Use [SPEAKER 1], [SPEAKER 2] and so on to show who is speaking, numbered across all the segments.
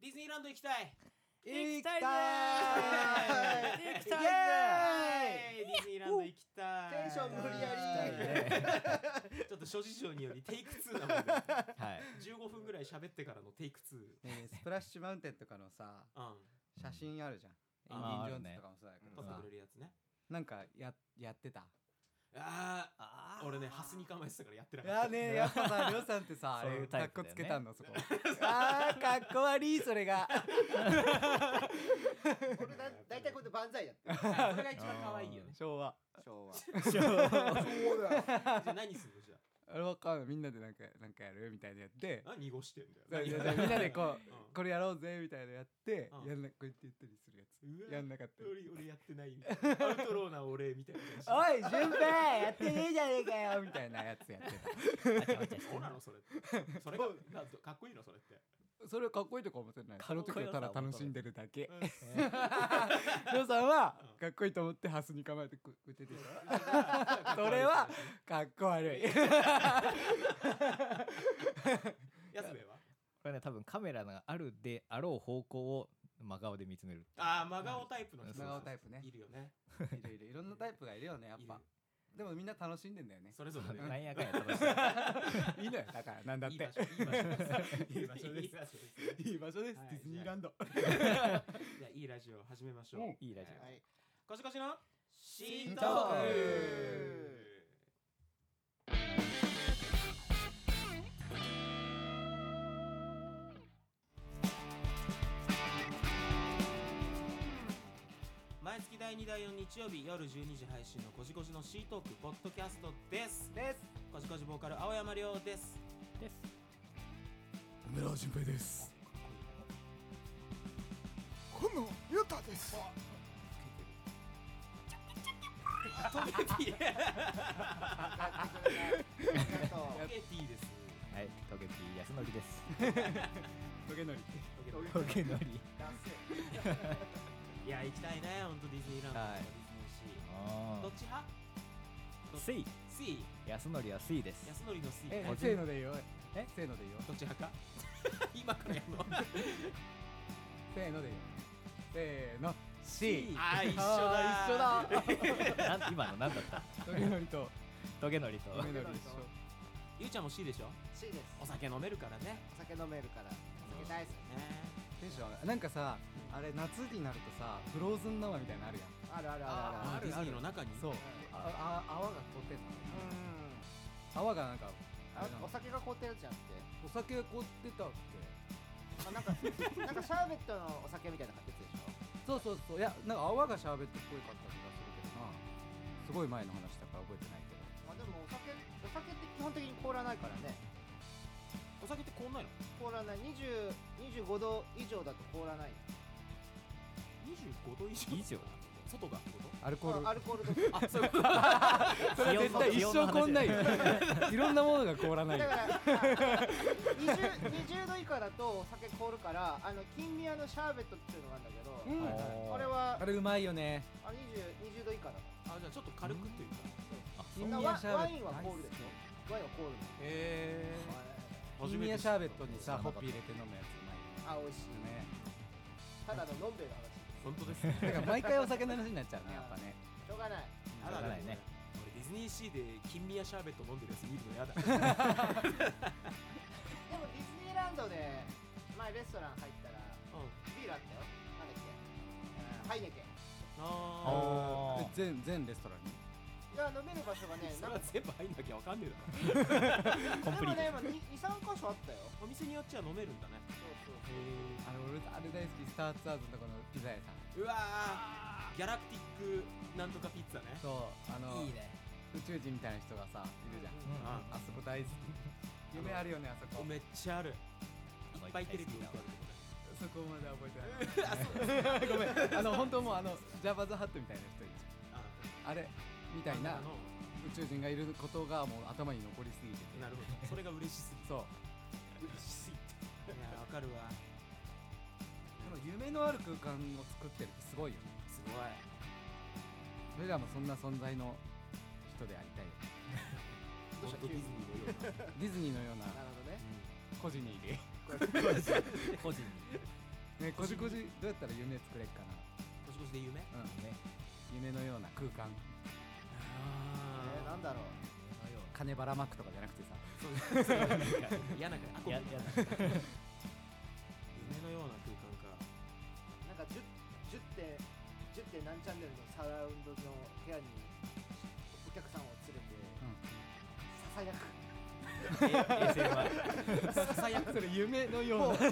[SPEAKER 1] ディズニーランド行きたい
[SPEAKER 2] 行きたい
[SPEAKER 3] い
[SPEAKER 2] ねー行き
[SPEAKER 3] イ
[SPEAKER 2] たいね
[SPEAKER 3] エ
[SPEAKER 1] ディズニーランド行きたい
[SPEAKER 3] テンション無理や
[SPEAKER 2] ー
[SPEAKER 3] り
[SPEAKER 2] 行きたいね
[SPEAKER 1] ちょっと諸事情によりテイク2なもんで
[SPEAKER 2] はい
[SPEAKER 1] 15分ぐらい喋ってからのテイク2
[SPEAKER 4] ねえスプラッシュマウンテンとかのさ
[SPEAKER 1] うん
[SPEAKER 4] 写真あるじゃんエ
[SPEAKER 1] あ
[SPEAKER 4] ンデ
[SPEAKER 1] ー
[SPEAKER 4] ィ・ジョーン
[SPEAKER 2] あるね
[SPEAKER 4] ズとかもそうだけ
[SPEAKER 1] 撮
[SPEAKER 4] ど
[SPEAKER 1] って
[SPEAKER 4] さ
[SPEAKER 1] くれるやつね
[SPEAKER 4] なんかややってた
[SPEAKER 1] ああ
[SPEAKER 2] あ
[SPEAKER 1] 俺ねハスに構えてたからやってないかった
[SPEAKER 4] やね やっぱさりょうさんってさあ
[SPEAKER 2] そうい
[SPEAKER 4] れ
[SPEAKER 2] うタ
[SPEAKER 4] か
[SPEAKER 2] イ
[SPEAKER 4] っ
[SPEAKER 2] プ
[SPEAKER 4] こ
[SPEAKER 2] だよ
[SPEAKER 4] つ
[SPEAKER 2] ね
[SPEAKER 4] けたんだ そこあーかっこ悪いそれが
[SPEAKER 3] 俺だ大体これで万歳だって
[SPEAKER 1] はいそれが一番可愛いよね
[SPEAKER 4] 昭和
[SPEAKER 3] 昭和
[SPEAKER 1] そうだじゃあ何するのじゃ
[SPEAKER 4] あれわかんないみんなでなんかなんかやるみたいなやって
[SPEAKER 1] ああ濁してんだよ
[SPEAKER 4] そう
[SPEAKER 1] 何
[SPEAKER 4] じ
[SPEAKER 1] や
[SPEAKER 4] ゃ
[SPEAKER 1] って
[SPEAKER 4] あじゃあみんなでこ
[SPEAKER 1] うん
[SPEAKER 4] うこれやろうぜみたいなやって
[SPEAKER 1] うん
[SPEAKER 4] やんなこうやって言ったりするやつ
[SPEAKER 1] うわ
[SPEAKER 4] やんなかった
[SPEAKER 1] 俺俺やってないみたいなアウトローな俺みたいな感じ
[SPEAKER 4] おい順平やってねえじゃねえかよみたいなやつやって
[SPEAKER 1] そうなのそれってそれがなんとかっこいいのそれって
[SPEAKER 4] たそれかっこいいとか思ってないその時はただ楽しんでるだけ
[SPEAKER 1] うん
[SPEAKER 4] りょうさんはかっこいいと思ってハスに構えてこうやっててそれはかっこ悪い
[SPEAKER 1] やつべは
[SPEAKER 2] これね多分カメラがあるであろう方向を真顔で見つめる
[SPEAKER 1] ああ真顔タイプの人
[SPEAKER 4] 真顔タイプね
[SPEAKER 1] いるよね
[SPEAKER 4] いろいろいろんなタイプがいるよねやっ
[SPEAKER 1] い
[SPEAKER 4] ぱ
[SPEAKER 1] る
[SPEAKER 4] でもみんな楽しんでんだよね
[SPEAKER 1] それぞれ
[SPEAKER 2] な
[SPEAKER 1] ね
[SPEAKER 2] んやかんや楽しい
[SPEAKER 4] いいのよだからなんだっ
[SPEAKER 1] いい
[SPEAKER 4] て
[SPEAKER 1] 場所いい場所ですいい場 所ですいい場所ですね
[SPEAKER 4] いい場所です
[SPEAKER 1] はい
[SPEAKER 4] ディズニーランド
[SPEAKER 1] じゃあいいラジオ始めましょう
[SPEAKER 2] いいラジオ
[SPEAKER 3] はい
[SPEAKER 1] こしこしの新
[SPEAKER 3] トー
[SPEAKER 1] ク毎月第2第4日曜日夜12時配信のこじこじのシートークポッドキャストです
[SPEAKER 4] です
[SPEAKER 1] こじこじボーカル青山亮です
[SPEAKER 2] です
[SPEAKER 4] 梅田順平です
[SPEAKER 3] 今野ゆたです
[SPEAKER 1] トゲティです
[SPEAKER 2] はいトゲピー安典です
[SPEAKER 4] トゲノリ
[SPEAKER 1] トゲティ
[SPEAKER 2] トゲノリ
[SPEAKER 1] いや行きたいね本当ディズニーランドとか
[SPEAKER 2] はい
[SPEAKER 1] ディズニーシーど
[SPEAKER 2] あ
[SPEAKER 1] っち派
[SPEAKER 2] あ C
[SPEAKER 1] C
[SPEAKER 2] 安典は C です
[SPEAKER 1] 安典の C
[SPEAKER 4] え
[SPEAKER 1] どっ
[SPEAKER 4] せーのでいいよえせーのでいいよ
[SPEAKER 1] ち派か 今からやるの
[SPEAKER 4] せーのでいいよせーの
[SPEAKER 1] C
[SPEAKER 4] C
[SPEAKER 1] あー一緒だ
[SPEAKER 4] あー一緒だ
[SPEAKER 2] なん今の何だった
[SPEAKER 4] トゲノリと
[SPEAKER 2] トゲノリと
[SPEAKER 4] トゲノリ一緒
[SPEAKER 1] ゆうちゃんも C でしょ
[SPEAKER 3] C です
[SPEAKER 1] お酒飲めるからね
[SPEAKER 3] お酒飲めるからお酒大好き
[SPEAKER 4] テンション上がるなんかさあれ夏になるとさフローズン生みたいなのあるやん
[SPEAKER 3] あるある
[SPEAKER 1] あー
[SPEAKER 3] あ
[SPEAKER 1] あ
[SPEAKER 3] るある
[SPEAKER 1] ディズニーの中に
[SPEAKER 4] そうああ泡が凍ってんの泡がなんかあれな
[SPEAKER 3] うんあ
[SPEAKER 4] の
[SPEAKER 3] お酒が凍ってるじゃんって
[SPEAKER 4] お酒が凍ってたっ
[SPEAKER 3] あなんかなんかシャーベットのお酒みたいなやつでし
[SPEAKER 4] けそうそうそういやなんか泡がシャーベットっぽいかった気がするけどなすごい前の話だから覚えてないけど
[SPEAKER 3] ょまあでもお酒お酒って基本的に凍らないからね
[SPEAKER 1] お酒って凍んないの
[SPEAKER 3] 凍らない20 25度以上だと凍らない
[SPEAKER 1] 25度以上
[SPEAKER 2] 以上
[SPEAKER 1] 外がってこ
[SPEAKER 4] アルコール
[SPEAKER 3] あアルコールとか
[SPEAKER 1] とあそういうことあ
[SPEAKER 4] それは絶対
[SPEAKER 2] 気
[SPEAKER 4] 一
[SPEAKER 2] 温の
[SPEAKER 4] 生凍んないよ いろんなものが凍らないよ
[SPEAKER 3] だからあ 20, 20度以下だとお酒凍るからあの金宮のシャーベットっていうのがあるんだけ
[SPEAKER 4] うん
[SPEAKER 3] ど、あれ
[SPEAKER 2] は
[SPEAKER 3] は
[SPEAKER 4] あれうまいよね
[SPEAKER 3] あ 20, 20度以下だか
[SPEAKER 1] じゃあちょっと軽くというか
[SPEAKER 4] 金
[SPEAKER 3] ら
[SPEAKER 4] 宮
[SPEAKER 3] ワ
[SPEAKER 4] シャー
[SPEAKER 3] ワ
[SPEAKER 4] ベッ
[SPEAKER 3] イン
[SPEAKER 4] ト
[SPEAKER 3] は凍るでしょワインは凍るの
[SPEAKER 4] へえ
[SPEAKER 1] 初
[SPEAKER 4] 金
[SPEAKER 1] めて知
[SPEAKER 4] 宮
[SPEAKER 1] った
[SPEAKER 4] シャーベットにさ
[SPEAKER 2] 知らな
[SPEAKER 4] ホ
[SPEAKER 2] かっ
[SPEAKER 4] ッ
[SPEAKER 2] た
[SPEAKER 4] ピー入れて飲むやつうまいよ
[SPEAKER 3] あ美味しい
[SPEAKER 4] ね
[SPEAKER 3] ただの飲んべえの話
[SPEAKER 1] 本当ですね
[SPEAKER 4] だから毎回お酒の話になっちゃうねやっぱね
[SPEAKER 3] しょうがない
[SPEAKER 1] や
[SPEAKER 2] ならないね
[SPEAKER 1] 俺ディズニーシーで金宮シャーベット飲んでるやつ見るのやだ
[SPEAKER 3] でもディズニーランドで前レストラン入ったら
[SPEAKER 1] うん
[SPEAKER 3] ビールあったよなんだっけうんハイネケン
[SPEAKER 1] あ
[SPEAKER 2] あ
[SPEAKER 4] え全全レストランに
[SPEAKER 3] いや飲める場所がね
[SPEAKER 1] ーそれ
[SPEAKER 3] なん
[SPEAKER 1] は
[SPEAKER 3] か
[SPEAKER 1] 全部入んなきゃわかんねえだろ
[SPEAKER 2] ーコ
[SPEAKER 3] で
[SPEAKER 2] ンプリ
[SPEAKER 3] も
[SPEAKER 2] ート
[SPEAKER 3] ね23箇所あったよ
[SPEAKER 1] お店によっちゃ飲めるんだね
[SPEAKER 3] そうそう
[SPEAKER 1] へえ
[SPEAKER 4] あの俺あれ大好きスターツアーズのとこのピザ屋さん
[SPEAKER 1] うわーギャラクティックなんとかピッツァね
[SPEAKER 4] そうあの
[SPEAKER 2] ね
[SPEAKER 4] 宇宙人みたいな人がさいるじゃん、
[SPEAKER 3] うん
[SPEAKER 2] うん
[SPEAKER 1] あ
[SPEAKER 4] あそこ大好き夢あるよねあそこ
[SPEAKER 1] めっちゃあるいっ
[SPEAKER 2] の
[SPEAKER 1] ぱいテレビにある
[SPEAKER 4] そこまで覚えてない ごめんあの本当もうあのジャバズハットみたいな人いるじゃんあれみたいな
[SPEAKER 1] あの
[SPEAKER 4] 宇宙人がいることがもう頭に残りすぎてて
[SPEAKER 1] なるほどそれが嬉しすぎ
[SPEAKER 4] そう
[SPEAKER 1] 嬉しすぎていやわかるわ
[SPEAKER 4] この夢のある空間を作ってるってすごいよね
[SPEAKER 1] すごい
[SPEAKER 4] それらもそんな存在の人でありたいよね
[SPEAKER 3] どう
[SPEAKER 1] ホッ
[SPEAKER 3] した
[SPEAKER 1] トディズニーのような
[SPEAKER 4] ディズニーのような
[SPEAKER 3] なるほどね
[SPEAKER 4] 個人にいる
[SPEAKER 2] 個人に
[SPEAKER 4] ねこじこじどうやったら夢作れっか
[SPEAKER 1] 年越しで夢
[SPEAKER 4] なうんね夢のような空間
[SPEAKER 3] えー、なんだろう
[SPEAKER 4] 金ばらまくとかじゃなくてさ
[SPEAKER 1] そうそう嫌なから
[SPEAKER 2] やや
[SPEAKER 1] 夢 のような空間か
[SPEAKER 3] なんか 10, 10点10点何チャンネルのサラウンドの部屋にお客さんを連れて ささやく
[SPEAKER 2] 衛星は
[SPEAKER 4] ささやくそれ夢のような
[SPEAKER 3] もうさ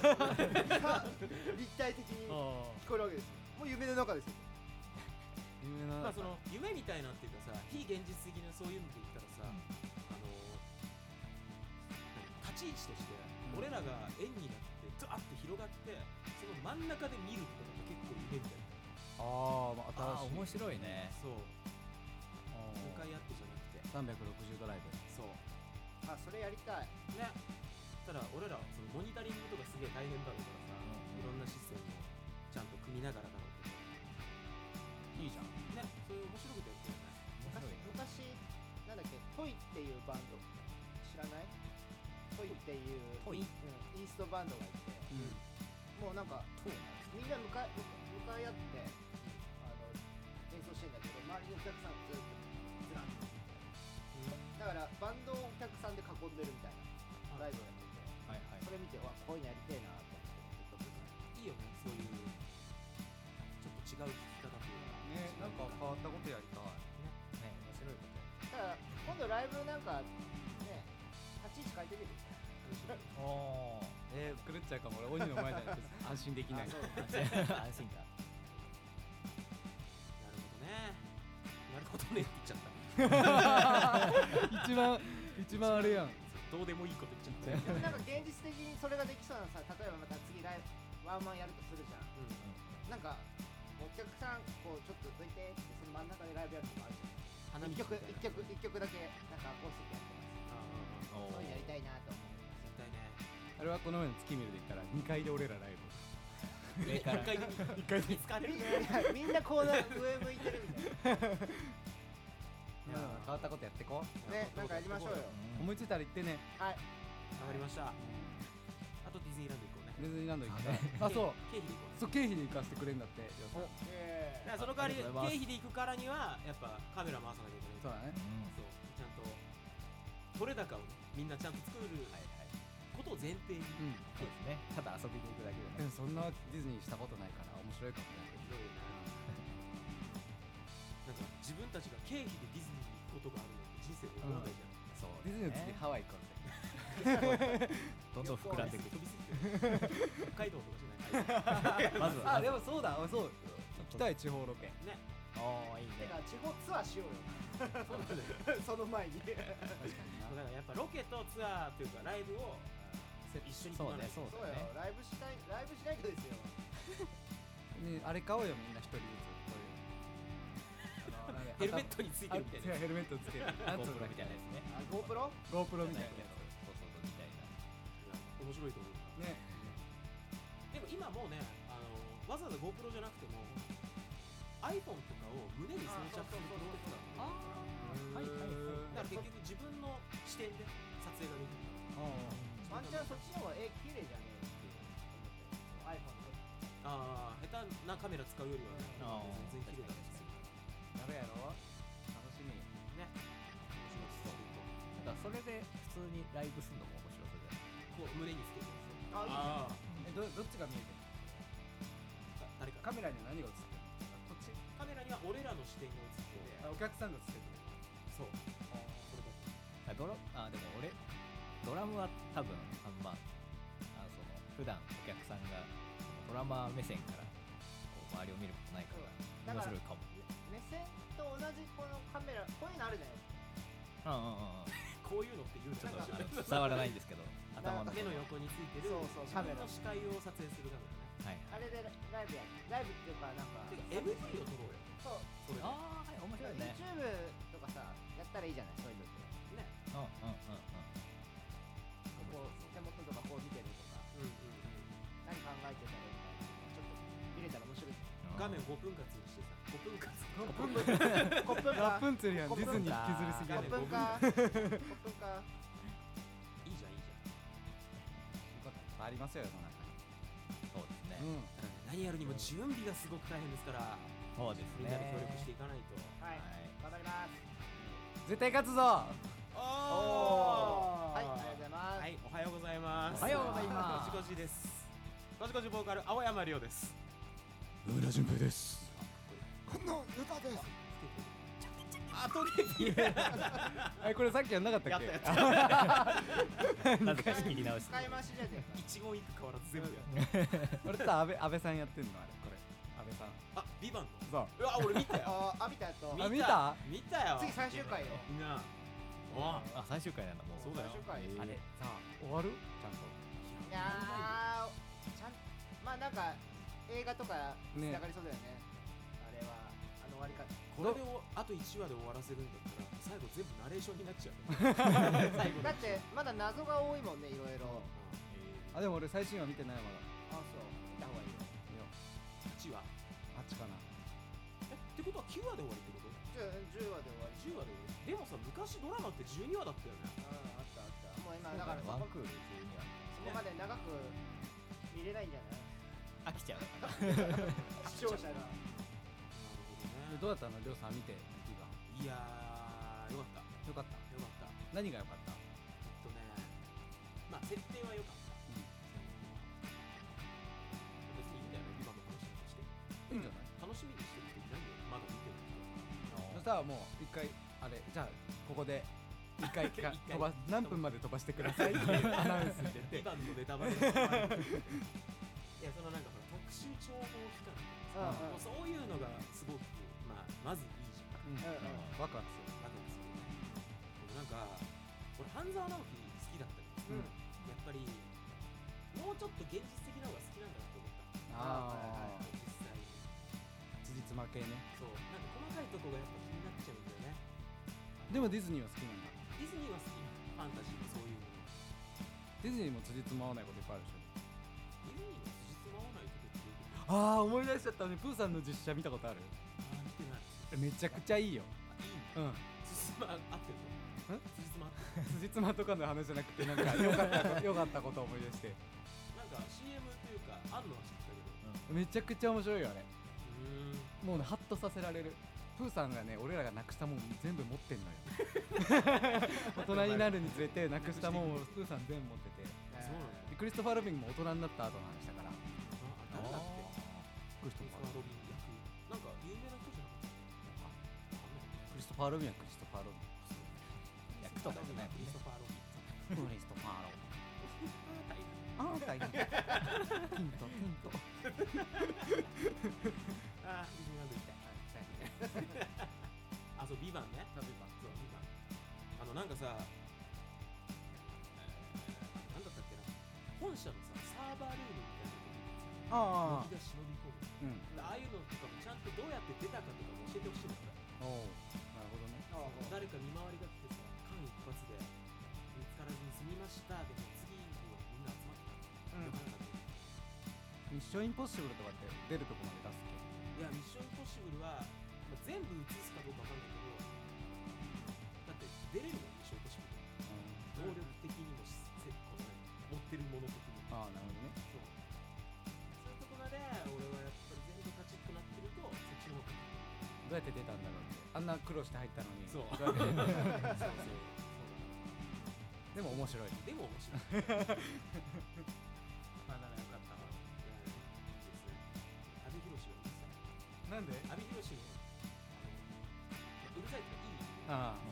[SPEAKER 3] 立体的に聞こえるわけですよもう夢の中ですよ
[SPEAKER 4] 夢の
[SPEAKER 1] まあその夢みたいなっていうかさ非現実的なそういうので言ったらさ、
[SPEAKER 2] うん
[SPEAKER 1] あの何立ち位置として
[SPEAKER 4] うん
[SPEAKER 1] 俺らが円になってドワッと広がってその真ん中で見るってのが結構夢みたいな
[SPEAKER 4] あー、まあ
[SPEAKER 2] あー
[SPEAKER 4] 新しい
[SPEAKER 2] 面白いね
[SPEAKER 1] そう
[SPEAKER 4] あ
[SPEAKER 1] 向か
[SPEAKER 4] ー
[SPEAKER 1] い合ってじゃなくて
[SPEAKER 4] 360ドライ
[SPEAKER 1] そう
[SPEAKER 3] あそれやりたい
[SPEAKER 1] ねただ俺らはそのモニタリングとかすげえ大変だろうからさ、
[SPEAKER 2] うん
[SPEAKER 1] いろんなシステムをちゃんと組みながらだろうけど
[SPEAKER 4] ブいいじゃん
[SPEAKER 1] ねそういう面白いことやってるよね
[SPEAKER 2] 面白い
[SPEAKER 3] 昔
[SPEAKER 2] ね
[SPEAKER 3] 昔なんだっけトイっていうバンド知らないトイっていう
[SPEAKER 2] ト
[SPEAKER 3] イ,、
[SPEAKER 2] イ
[SPEAKER 3] うん、イーストバンドがいてもうなんかみんな向かい向かい合ってあの演奏してんだけど周りにお客さんずっとずらっとだからバンドをお客さんで囲んでるみたいなライブをやってて
[SPEAKER 2] はい
[SPEAKER 3] それ見てわこういうのやりてえなと思ってずっと見て
[SPEAKER 1] い
[SPEAKER 3] た
[SPEAKER 1] いよねそういうちょっと違う聞き方というか
[SPEAKER 5] ねなんか変わったことやりたい
[SPEAKER 2] はいね面白いこ
[SPEAKER 3] だから今度
[SPEAKER 2] と
[SPEAKER 3] ライブなんかね立ち位置変えてみる
[SPEAKER 2] お
[SPEAKER 4] えー、狂っちゃうかも俺鬼の前じゃないと安心できない
[SPEAKER 3] あそう
[SPEAKER 2] ー安心感
[SPEAKER 1] なるほどねなるほどねって言っちゃった
[SPEAKER 4] 一番一番あれやん
[SPEAKER 1] どうでもいいこと言っちゃった
[SPEAKER 3] でもなんか現実的にそれができそうなさ例えばまた次ライブワンマンやるとするじゃん
[SPEAKER 1] うん
[SPEAKER 3] なんかお客さんこうちょっとどいてってその真ん中でライブやるのもあるじゃん
[SPEAKER 1] 花
[SPEAKER 3] 一
[SPEAKER 1] 見
[SPEAKER 3] 曲
[SPEAKER 1] みたい
[SPEAKER 3] 一
[SPEAKER 1] な
[SPEAKER 3] 曲一曲だけなんかアコースティックやっ
[SPEAKER 1] あ
[SPEAKER 3] て
[SPEAKER 1] あああああ
[SPEAKER 3] ますそ
[SPEAKER 2] お
[SPEAKER 3] ういうのやりた
[SPEAKER 2] い
[SPEAKER 3] いなと思うんです
[SPEAKER 1] 絶
[SPEAKER 3] よ
[SPEAKER 1] 対ね
[SPEAKER 4] あれはこの前の月見るで言ったら2階で俺らライブ
[SPEAKER 2] 上から
[SPEAKER 1] 一回で見
[SPEAKER 4] 1階で
[SPEAKER 1] つかれる
[SPEAKER 3] みん
[SPEAKER 1] ね
[SPEAKER 3] なみんなこうな上向いてるみたいな
[SPEAKER 1] いやー
[SPEAKER 4] 変わったことやってこ
[SPEAKER 3] ねなんかやりましょうよ
[SPEAKER 4] う思いついたら言ってね
[SPEAKER 3] はい
[SPEAKER 1] わかりましたあとディズニーランド行こうね
[SPEAKER 4] ディズニーランド行きたいあそう
[SPEAKER 1] 経費で行こう
[SPEAKER 4] そう経費で行かせてくれんだってそ
[SPEAKER 3] お
[SPEAKER 4] う
[SPEAKER 3] え
[SPEAKER 1] だからその代わり
[SPEAKER 2] あ
[SPEAKER 1] 経
[SPEAKER 2] りがとうございます
[SPEAKER 1] 費で行くからにはやっぱカメラ回さなきゃいけない
[SPEAKER 4] だね
[SPEAKER 1] そうちゃんと取れ高をねみんなちゃんと作る
[SPEAKER 2] はいはい
[SPEAKER 1] ことを前提にい
[SPEAKER 4] うん
[SPEAKER 2] そうですねただ遊びに行くだけ
[SPEAKER 4] で
[SPEAKER 2] で
[SPEAKER 4] も
[SPEAKER 2] ね
[SPEAKER 4] そんなディズニーしたことないから面白いかもね
[SPEAKER 1] ろいろななんか自分たちが経費でディズニーに行くことがあるなんて人生で思わないじゃん
[SPEAKER 2] そう
[SPEAKER 4] ディズニーの次ハワイ行こ
[SPEAKER 2] どんどん膨らんでいく
[SPEAKER 1] 飛びすぎてる北海道とかじゃ ない
[SPEAKER 2] ま
[SPEAKER 4] う
[SPEAKER 2] ず
[SPEAKER 4] ぜ
[SPEAKER 2] は
[SPEAKER 4] あでもそうだそう行きたい地方ロケ
[SPEAKER 1] ね
[SPEAKER 2] おーいいね
[SPEAKER 3] てか地方ツアーしよう
[SPEAKER 1] そうなんだよ
[SPEAKER 3] よその前に
[SPEAKER 4] 確かに
[SPEAKER 1] だからやっぱロケとツアーというかライブを一緒に
[SPEAKER 2] そ
[SPEAKER 1] 組
[SPEAKER 2] う
[SPEAKER 1] まない
[SPEAKER 2] ね
[SPEAKER 1] と
[SPEAKER 2] そう
[SPEAKER 3] そう
[SPEAKER 2] だ
[SPEAKER 3] よ
[SPEAKER 2] ね
[SPEAKER 3] ライブしたいライブしないとですよ
[SPEAKER 4] ね、あれ買おうよみんな一人ずつこういうあのなんか
[SPEAKER 1] ヘルメットについて
[SPEAKER 4] あ
[SPEAKER 1] るみたいな
[SPEAKER 4] 違うヘルメットつけるなんつう
[SPEAKER 2] GoPro
[SPEAKER 4] の
[SPEAKER 2] みたいなや
[SPEAKER 4] ロープロみたいなや
[SPEAKER 3] あ GoPro?
[SPEAKER 2] つねそうそうそうみたいな
[SPEAKER 1] 面白いと思う
[SPEAKER 4] つね
[SPEAKER 1] でも今もうねあのわざわざ GoPro じゃなくても iPhone とかを胸に装着するプロとか
[SPEAKER 3] あ
[SPEAKER 2] はいはい
[SPEAKER 1] だから結局自分の視点で撮影ができる
[SPEAKER 3] ワンチャンそっちの方が絵綺麗じゃねえっていう思って iPhone と
[SPEAKER 1] ああ下手なカメラ使うよりは
[SPEAKER 2] あ
[SPEAKER 1] ね
[SPEAKER 2] ー
[SPEAKER 1] 全然綺麗だし
[SPEAKER 4] やべやろ楽しみ
[SPEAKER 1] ね
[SPEAKER 2] なんかそれで普通にライブするのも面白そうじゃない
[SPEAKER 1] こう胸につけて
[SPEAKER 3] あい
[SPEAKER 1] あ
[SPEAKER 4] え
[SPEAKER 3] いね
[SPEAKER 4] どどっちが見えて
[SPEAKER 1] ーだ誰
[SPEAKER 4] る
[SPEAKER 1] か
[SPEAKER 4] カメラには何が映ってるのこっち
[SPEAKER 1] カメラには俺らの視点が映ってて
[SPEAKER 4] あお客さんが映ってる
[SPEAKER 1] そうこれだけ
[SPEAKER 2] あドラあでも俺ドラムは多分あんまあその普段お客さんがドラマー目線からこう周りを見ることないか
[SPEAKER 3] だか
[SPEAKER 2] ら面
[SPEAKER 3] ら
[SPEAKER 2] 白いかも
[SPEAKER 3] 目線と同じこのカメラこういうのあるじゃない
[SPEAKER 2] うんうんうんうん
[SPEAKER 1] こういうのって言うん
[SPEAKER 2] ち
[SPEAKER 1] じ
[SPEAKER 2] ょ
[SPEAKER 1] ゃ
[SPEAKER 2] っ
[SPEAKER 1] ない
[SPEAKER 2] とあの伝わらないんですけど頭の
[SPEAKER 1] 目の横についてる
[SPEAKER 3] そうそう
[SPEAKER 1] 自
[SPEAKER 3] カメ
[SPEAKER 1] 分
[SPEAKER 3] ラ
[SPEAKER 1] の視界を撮影するカメラね
[SPEAKER 2] はい
[SPEAKER 3] あれでライブやライブっ
[SPEAKER 1] てか MV
[SPEAKER 3] ていうかなんか
[SPEAKER 1] を撮ろうよ
[SPEAKER 3] そう
[SPEAKER 1] それで
[SPEAKER 2] ああはい面白いね
[SPEAKER 3] YouTube とかさやったらいいじゃないそういうのって
[SPEAKER 1] ね
[SPEAKER 2] うんうんうん
[SPEAKER 3] こう手元とかこう見てるとか
[SPEAKER 1] うんうんうん
[SPEAKER 3] 何考えてたらみたいなちょっと見れたら面白い
[SPEAKER 2] うん
[SPEAKER 1] 画面5分割にしてさ5分割
[SPEAKER 3] コップ
[SPEAKER 4] ラ
[SPEAKER 3] ン
[SPEAKER 4] ッ
[SPEAKER 3] か
[SPEAKER 4] プンツェルやん
[SPEAKER 3] コ
[SPEAKER 4] デ
[SPEAKER 3] ップン
[SPEAKER 4] ィズニー引きずりすぎやね
[SPEAKER 3] コップンかコップンか
[SPEAKER 1] いいじゃんいいじゃん
[SPEAKER 4] ありますよ世の中に
[SPEAKER 2] そうですね
[SPEAKER 4] うん
[SPEAKER 1] だから何やるにも準備がすごく大変ですから
[SPEAKER 2] そうです
[SPEAKER 1] みんなで
[SPEAKER 2] ね
[SPEAKER 1] 協力していかないと、
[SPEAKER 3] はい
[SPEAKER 2] はい、
[SPEAKER 3] 頑張ります
[SPEAKER 4] 絶対勝つぞ
[SPEAKER 3] はいありがとうございます、
[SPEAKER 1] はい、おはようございます。。
[SPEAKER 2] おはようございます
[SPEAKER 1] こじこじです。こじこじボーカル青山亮です。上村淳平です。こんな歌です。あ、トレビ
[SPEAKER 4] えこれさっきやんなかった
[SPEAKER 1] や
[SPEAKER 4] っ
[SPEAKER 1] ったや
[SPEAKER 4] け
[SPEAKER 1] った。
[SPEAKER 2] 恥ずかしく言い直して
[SPEAKER 3] 使い回しじゃねえか
[SPEAKER 1] 一言一句変わらず全部やる。
[SPEAKER 4] 俺と安倍安倍さんやってんのあれこれ安倍さん
[SPEAKER 1] あ、ビバンの。
[SPEAKER 4] そう
[SPEAKER 1] うわ、俺見たよ。
[SPEAKER 3] あーあ見たやつ
[SPEAKER 4] あ見た
[SPEAKER 1] 見たよ。
[SPEAKER 3] 次最終回よ
[SPEAKER 1] なあ。あ、
[SPEAKER 2] あ最終回なんだもう
[SPEAKER 1] そうだよ
[SPEAKER 3] 最終回
[SPEAKER 2] えー
[SPEAKER 4] あれさあ終わるちゃんと
[SPEAKER 3] いやーちゃんまあなんか映画とかつながりそうだよねあれはあの終わり方
[SPEAKER 1] これでおあと一話で終わらせるんだったら最後全部ナレーションになっちゃう。 最後
[SPEAKER 3] だ
[SPEAKER 1] の
[SPEAKER 3] っ。てまだ謎が多いもんねいろいろ
[SPEAKER 4] あでも俺最新話見てないまだ
[SPEAKER 3] あそう見た方がいいよ
[SPEAKER 4] いや
[SPEAKER 1] 一話。
[SPEAKER 4] あっちかな
[SPEAKER 1] え、ってことは九話で終わりってこと？
[SPEAKER 3] じゃあ10話で終わり
[SPEAKER 1] 10話で終わりでもさ昔ドラマって12話だったよね
[SPEAKER 3] うんあったあったもう今だからそ
[SPEAKER 2] ワン
[SPEAKER 3] こ
[SPEAKER 2] クール12話
[SPEAKER 3] そこまで長く見れないんじゃない
[SPEAKER 2] 飽きちゃう
[SPEAKER 3] 視聴者が
[SPEAKER 1] なる
[SPEAKER 4] で
[SPEAKER 1] ほ
[SPEAKER 4] どうだったのりょうさん見て一番
[SPEAKER 1] どねいやーよかったよ
[SPEAKER 4] よかった
[SPEAKER 1] かったえ
[SPEAKER 4] 何が良かった
[SPEAKER 1] っとねまあ設定はよかった、
[SPEAKER 4] うん
[SPEAKER 1] 別にいいんだよね今の話なんかして
[SPEAKER 4] いいんじゃない
[SPEAKER 1] 楽しみにしてる人いないよまだ見てる
[SPEAKER 4] そしたらもう一回あれじゃあここで 一
[SPEAKER 1] 一
[SPEAKER 4] 回飛
[SPEAKER 1] 回
[SPEAKER 4] ば何分まで飛ばしてくださいっていう アナウンス入れ
[SPEAKER 1] 人
[SPEAKER 4] て
[SPEAKER 1] 今のネタバレの場合いやそのなんかほら特殊情報機関
[SPEAKER 3] うんう
[SPEAKER 1] も
[SPEAKER 3] ん
[SPEAKER 1] うそういうのがすごく、まあ、まずいいじゃん
[SPEAKER 4] うん
[SPEAKER 3] うんうん
[SPEAKER 4] ワクワクする
[SPEAKER 1] なんですよねでもなんか俺半沢直樹好きだったけど、
[SPEAKER 3] うん
[SPEAKER 1] やっぱりもうちょっと現実的な方が好きなんだなと思った
[SPEAKER 4] ああ
[SPEAKER 1] 実際に
[SPEAKER 4] 事実負けね
[SPEAKER 1] そうなんか細かいとこがやっぱ気になっちゃうんだよね
[SPEAKER 4] でもディズニーは好きなんだ
[SPEAKER 1] ディズニーは好きファンタジーもそういうもの
[SPEAKER 4] ディズニーも辻褄合わないこといっぱいあるでしょ
[SPEAKER 1] ディズニーの実合わないとこっていうか
[SPEAKER 4] ああ思い出しちゃったねプーさんの実写見たことある
[SPEAKER 1] あ見てない
[SPEAKER 4] めちゃくちゃいいよ
[SPEAKER 1] あいいね
[SPEAKER 4] うん
[SPEAKER 1] つじつま合ってるの
[SPEAKER 4] ん
[SPEAKER 1] つじつま合ってる
[SPEAKER 4] 辻褄とかの話じゃなくてなんか 良かったこと良かったこと思い出して
[SPEAKER 1] なんか CM というかあんのは知ってたけど
[SPEAKER 4] めちゃくちゃ面白いよあれ
[SPEAKER 1] うーん
[SPEAKER 4] もうねハッとさせられるプーさんがね俺らがなくしたもん全部持ってんのよ 大人になるにつれ てなくしたもんをプーさん全部持ってて
[SPEAKER 1] そうなんだ
[SPEAKER 4] でクリストファー・ロビンも大人になった後の話だか
[SPEAKER 1] あ
[SPEAKER 4] ら
[SPEAKER 1] 誰だっけ
[SPEAKER 4] クリス
[SPEAKER 1] クリストファー・ロビン役なんか有名な人じゃなかったあわかんない
[SPEAKER 4] クリストファー・ロビンはクリストファー・ロビン
[SPEAKER 2] 役とかじゃない
[SPEAKER 1] クリストファー・ロビン
[SPEAKER 4] クリストファー・ロビンあー大変ピントピント
[SPEAKER 1] ああビビバンド行きたいあそうビバンねそうビバンあのなんかさ、えー、なんだったっけな本社のさサーバールームみたいな
[SPEAKER 4] あ
[SPEAKER 1] と
[SPEAKER 4] あ
[SPEAKER 1] こに乃木が忍び込む
[SPEAKER 4] うん
[SPEAKER 1] ああいうのとかもちゃんとどうやって出たかとかも教えてほしいんだから
[SPEAKER 4] おおな
[SPEAKER 1] 誰
[SPEAKER 4] るほどね
[SPEAKER 3] ああ
[SPEAKER 1] か見回りが来てさ間一髪で見つからずに済みましたでも次のみんな集まってたよかったね
[SPEAKER 4] ミッションインポッシブルとかって出るとこまで出すっ
[SPEAKER 1] いや、ミッションインポッシブルは、まあ、全部映すかどうかわかんないけど、だって出れるもん、ミッションインポッシブル。
[SPEAKER 4] け、
[SPEAKER 1] 能力的にも、せこの持ってるもの的にも。
[SPEAKER 4] ああなるほどね
[SPEAKER 1] そう。そういうとこまで、俺はやっぱり全部カチッとなってると、そっちの方がいい。
[SPEAKER 4] どうやって出たんだろうってあんな苦労して入ったのに
[SPEAKER 1] そう
[SPEAKER 4] どうやって出た
[SPEAKER 1] そうそう。そう
[SPEAKER 4] でも面白い
[SPEAKER 1] でも面白い。まあ、ならよかったわ。いやいいですね。阿部寛がうるさい。
[SPEAKER 4] なんで
[SPEAKER 1] 阿部寛の、あの、まあう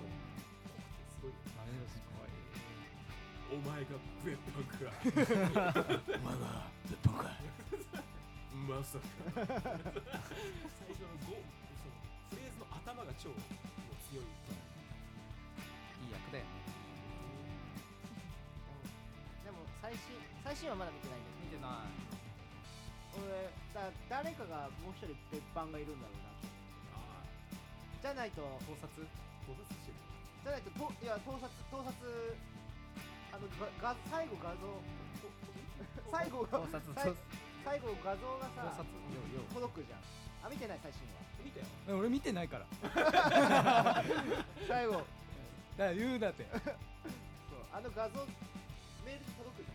[SPEAKER 1] るさいっていうかいい意味で、濃くてすごいよね。お
[SPEAKER 4] ああマネロス怖い
[SPEAKER 1] 前が別班か
[SPEAKER 2] お前は別班か
[SPEAKER 1] まさか最初のゴそのフレーズの頭が超もう強い
[SPEAKER 4] いい役だよね
[SPEAKER 3] でも最新最新はまだ見てないんだ
[SPEAKER 4] 見てない
[SPEAKER 3] けど俺だ誰かがもう一人別班がいるんだろう
[SPEAKER 1] あ
[SPEAKER 3] な
[SPEAKER 1] あ
[SPEAKER 3] じゃないと
[SPEAKER 4] 考察
[SPEAKER 1] 考察してる
[SPEAKER 3] じゃないとといや盗撮盗撮あのがが最後画像最後
[SPEAKER 4] 考
[SPEAKER 3] が
[SPEAKER 4] 察
[SPEAKER 3] さい最後画像が
[SPEAKER 4] 考
[SPEAKER 3] さ
[SPEAKER 4] 察ようよ
[SPEAKER 3] 届くじゃんあ見てない最新は
[SPEAKER 1] 見たよ
[SPEAKER 4] う俺見てないから
[SPEAKER 3] 最後そう
[SPEAKER 4] だから言うなって
[SPEAKER 3] あの画像メールで届くじ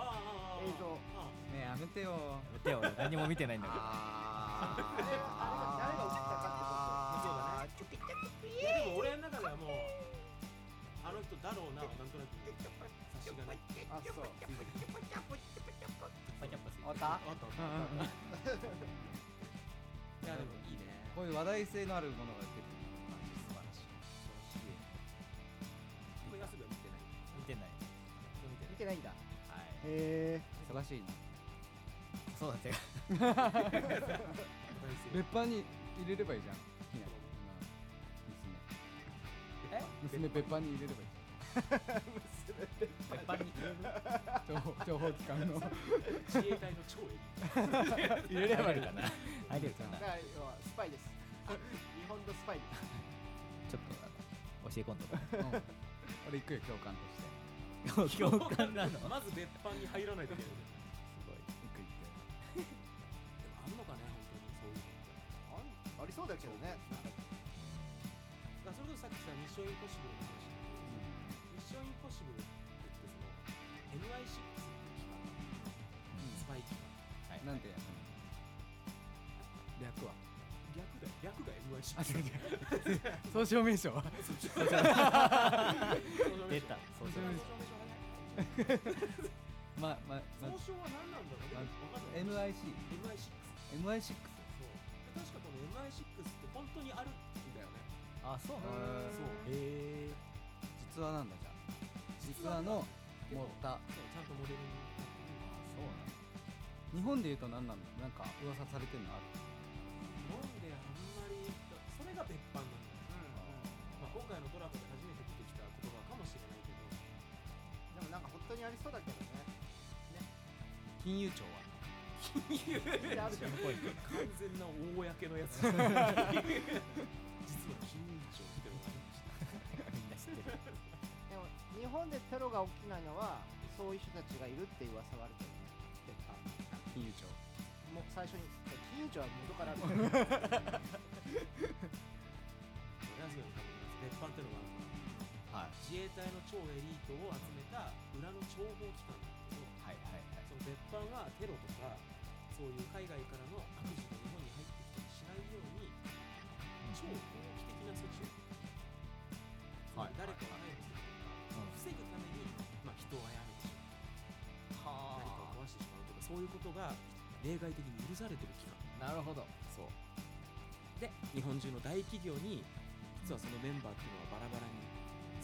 [SPEAKER 3] ゃん
[SPEAKER 1] あああああああ
[SPEAKER 3] 映像
[SPEAKER 1] あ
[SPEAKER 4] ねえやめてよ
[SPEAKER 2] 見てよ俺何も見てないんだけど
[SPEAKER 5] あー
[SPEAKER 3] あれあれが誰が映ったかってことそうだね
[SPEAKER 1] あいやでも俺の中ではもうあの人だろうななんとなく察しがない
[SPEAKER 3] あそう
[SPEAKER 2] パキャッパする
[SPEAKER 3] 終わった
[SPEAKER 1] あったあっ
[SPEAKER 4] うんうんうん
[SPEAKER 1] たいやでもいいね
[SPEAKER 4] こういう話題性のあるものが出てくる感じ素晴らし
[SPEAKER 1] これ安部
[SPEAKER 4] い
[SPEAKER 1] は見てない
[SPEAKER 2] 見て
[SPEAKER 1] 見てない
[SPEAKER 3] 見てない
[SPEAKER 2] ない
[SPEAKER 3] んだへえ
[SPEAKER 2] はい
[SPEAKER 4] 忙しいな
[SPEAKER 2] そうなんだよ
[SPEAKER 1] 大好き
[SPEAKER 4] 別班に入れればいいじゃん好きな
[SPEAKER 2] え
[SPEAKER 4] 娘娘別班に入れればいい
[SPEAKER 2] 別班に
[SPEAKER 4] 情報情報機関の
[SPEAKER 1] 自衛隊の超エリート
[SPEAKER 2] 入れればいいかな入れるか
[SPEAKER 3] だ
[SPEAKER 2] な
[SPEAKER 3] から要はスパ イです日本のスパイです
[SPEAKER 2] ちょっとあの教え込んどこ
[SPEAKER 4] うん俺行くよ教官として
[SPEAKER 2] 共感なのすごい
[SPEAKER 1] まず別班に入らないといけないじゃん
[SPEAKER 4] 行く行って
[SPEAKER 1] でもあんのかね本当にそういうのって
[SPEAKER 3] あんありそうだけどね
[SPEAKER 1] だからそれこそさっきさミッションインポッシブルの話ミッションインポッシブルって言ってその MI6 っていう機関スパイ機関
[SPEAKER 2] はい
[SPEAKER 4] なんてや略は
[SPEAKER 1] 逆だよ逆が MI6
[SPEAKER 4] あ違う違う総称名称は
[SPEAKER 2] 出たそうそう
[SPEAKER 4] まあまあ、ま
[SPEAKER 1] 総称は何なんだろうね分かん
[SPEAKER 4] あ、
[SPEAKER 1] ない
[SPEAKER 4] MIC
[SPEAKER 1] MI6
[SPEAKER 4] MI6
[SPEAKER 1] そうで確かこの MI6 って本当にあるんだよね
[SPEAKER 2] あそうなんだ
[SPEAKER 1] そう
[SPEAKER 2] へえ
[SPEAKER 4] 実話なんだじゃあ実話の
[SPEAKER 1] で
[SPEAKER 4] も
[SPEAKER 1] も
[SPEAKER 4] うた
[SPEAKER 1] そうちゃんとモデルになってる
[SPEAKER 2] そうなんだ
[SPEAKER 4] 日本で言うと何なんだなんか噂されてるのある
[SPEAKER 1] 日本であんまりそれが別班なんだよまあ、今回のドラマで初めて出てきた言葉かもしれないけど
[SPEAKER 3] でもなんか本当にありそうだけどね
[SPEAKER 4] 金融庁は
[SPEAKER 3] であるじゃん
[SPEAKER 2] そのポイント
[SPEAKER 1] 完全な公のやつ実は金融庁ってのがありました
[SPEAKER 2] みんな知って
[SPEAKER 3] で
[SPEAKER 2] る
[SPEAKER 3] も日本でテロが起きないのはそういう人たちがいるって噂はあるけどね
[SPEAKER 4] 金融庁
[SPEAKER 3] もう最初に金融庁は元からある
[SPEAKER 1] ラジオのために別班ってのがあるの
[SPEAKER 2] はい
[SPEAKER 1] 自衛隊の超エリートを集めた裏の諜報機関なんだけど
[SPEAKER 2] はいはいはい
[SPEAKER 1] その別班はテロとかそういう海外からの悪事が日本に入ってきたりしないように超攻撃的な措置を
[SPEAKER 2] はい
[SPEAKER 1] 誰かを逮捕するとか防ぐために、まあ、人を殺めてしまう何かを壊してしまうとかそういうことが例外的に許されてる機関
[SPEAKER 2] なるほど
[SPEAKER 1] そうで日本中の大企業に実はそのメンバーっていうのはバラバラに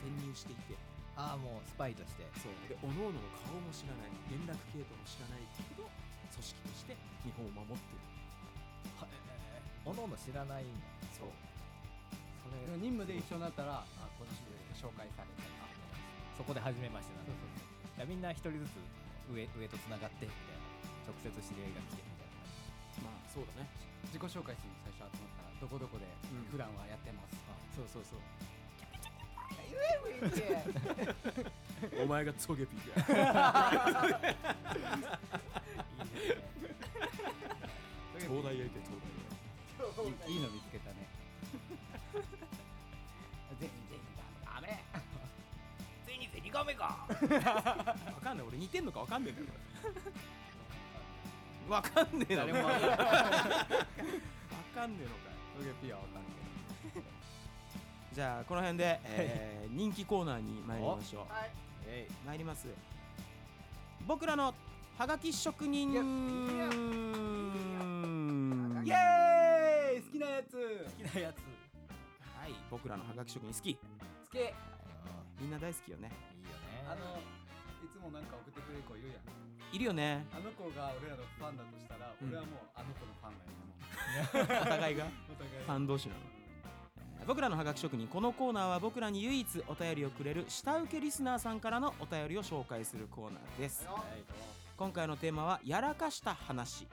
[SPEAKER 1] 潜入していて
[SPEAKER 2] ああもうスパイとして
[SPEAKER 1] そうで各々の顔も知らない連絡系統も知らないけど組織として日本を守ってる
[SPEAKER 2] おのおの知らないんだ
[SPEAKER 1] そう
[SPEAKER 2] それ
[SPEAKER 4] でも任務で一緒になったら
[SPEAKER 2] あこの人で
[SPEAKER 4] 紹介されたり
[SPEAKER 2] そこで初めましてなん
[SPEAKER 4] そう
[SPEAKER 2] だ
[SPEAKER 4] そうそう
[SPEAKER 2] じゃあみんな一人ずつ上上とつながってみたいな直接知り合いが来てみたいな感じ
[SPEAKER 1] まあそう だね
[SPEAKER 4] 自己紹介するの最初集まったらどこどこで
[SPEAKER 1] うん
[SPEAKER 4] 普段はやってます、
[SPEAKER 1] そうそうそう
[SPEAKER 3] 言え
[SPEAKER 1] お前がトゲピー だ東大やりたい東大や
[SPEAKER 4] いいいいの見つけたね
[SPEAKER 3] ぜひぜひ
[SPEAKER 2] ダメついにゼニガメか
[SPEAKER 1] わかんない俺似てんのかわかんねえんだよこれわかんねえな
[SPEAKER 2] 誰も
[SPEAKER 1] わ
[SPEAKER 2] わからない
[SPEAKER 1] かんねえのかい
[SPEAKER 4] トゲピはわかんない
[SPEAKER 1] じゃあこの辺で、えー人気コーナーに参りましょ
[SPEAKER 3] はい、
[SPEAKER 1] う参ります僕らのハガキ職人イエ
[SPEAKER 3] いや
[SPEAKER 1] ーイ好きなやつ
[SPEAKER 2] 好きなやつ
[SPEAKER 1] はい僕らのハガキ職人好き
[SPEAKER 4] つけ
[SPEAKER 1] みんな大好きよね
[SPEAKER 2] いいよね
[SPEAKER 4] あのいつもなんか送ってくれる子いるやん
[SPEAKER 1] いるよね
[SPEAKER 4] あの子が俺らのファンだとしたら、
[SPEAKER 1] うん
[SPEAKER 4] 俺はもうあの子のファンだよもう
[SPEAKER 1] お互 いが
[SPEAKER 4] お互い
[SPEAKER 1] ファン同士なの僕らのハガキ職人このコーナーは僕らに唯一お便りをくれる下請けリスナーさんからのお便りを紹介するコーナーです
[SPEAKER 2] はい
[SPEAKER 1] 今回のテーマはやらかした話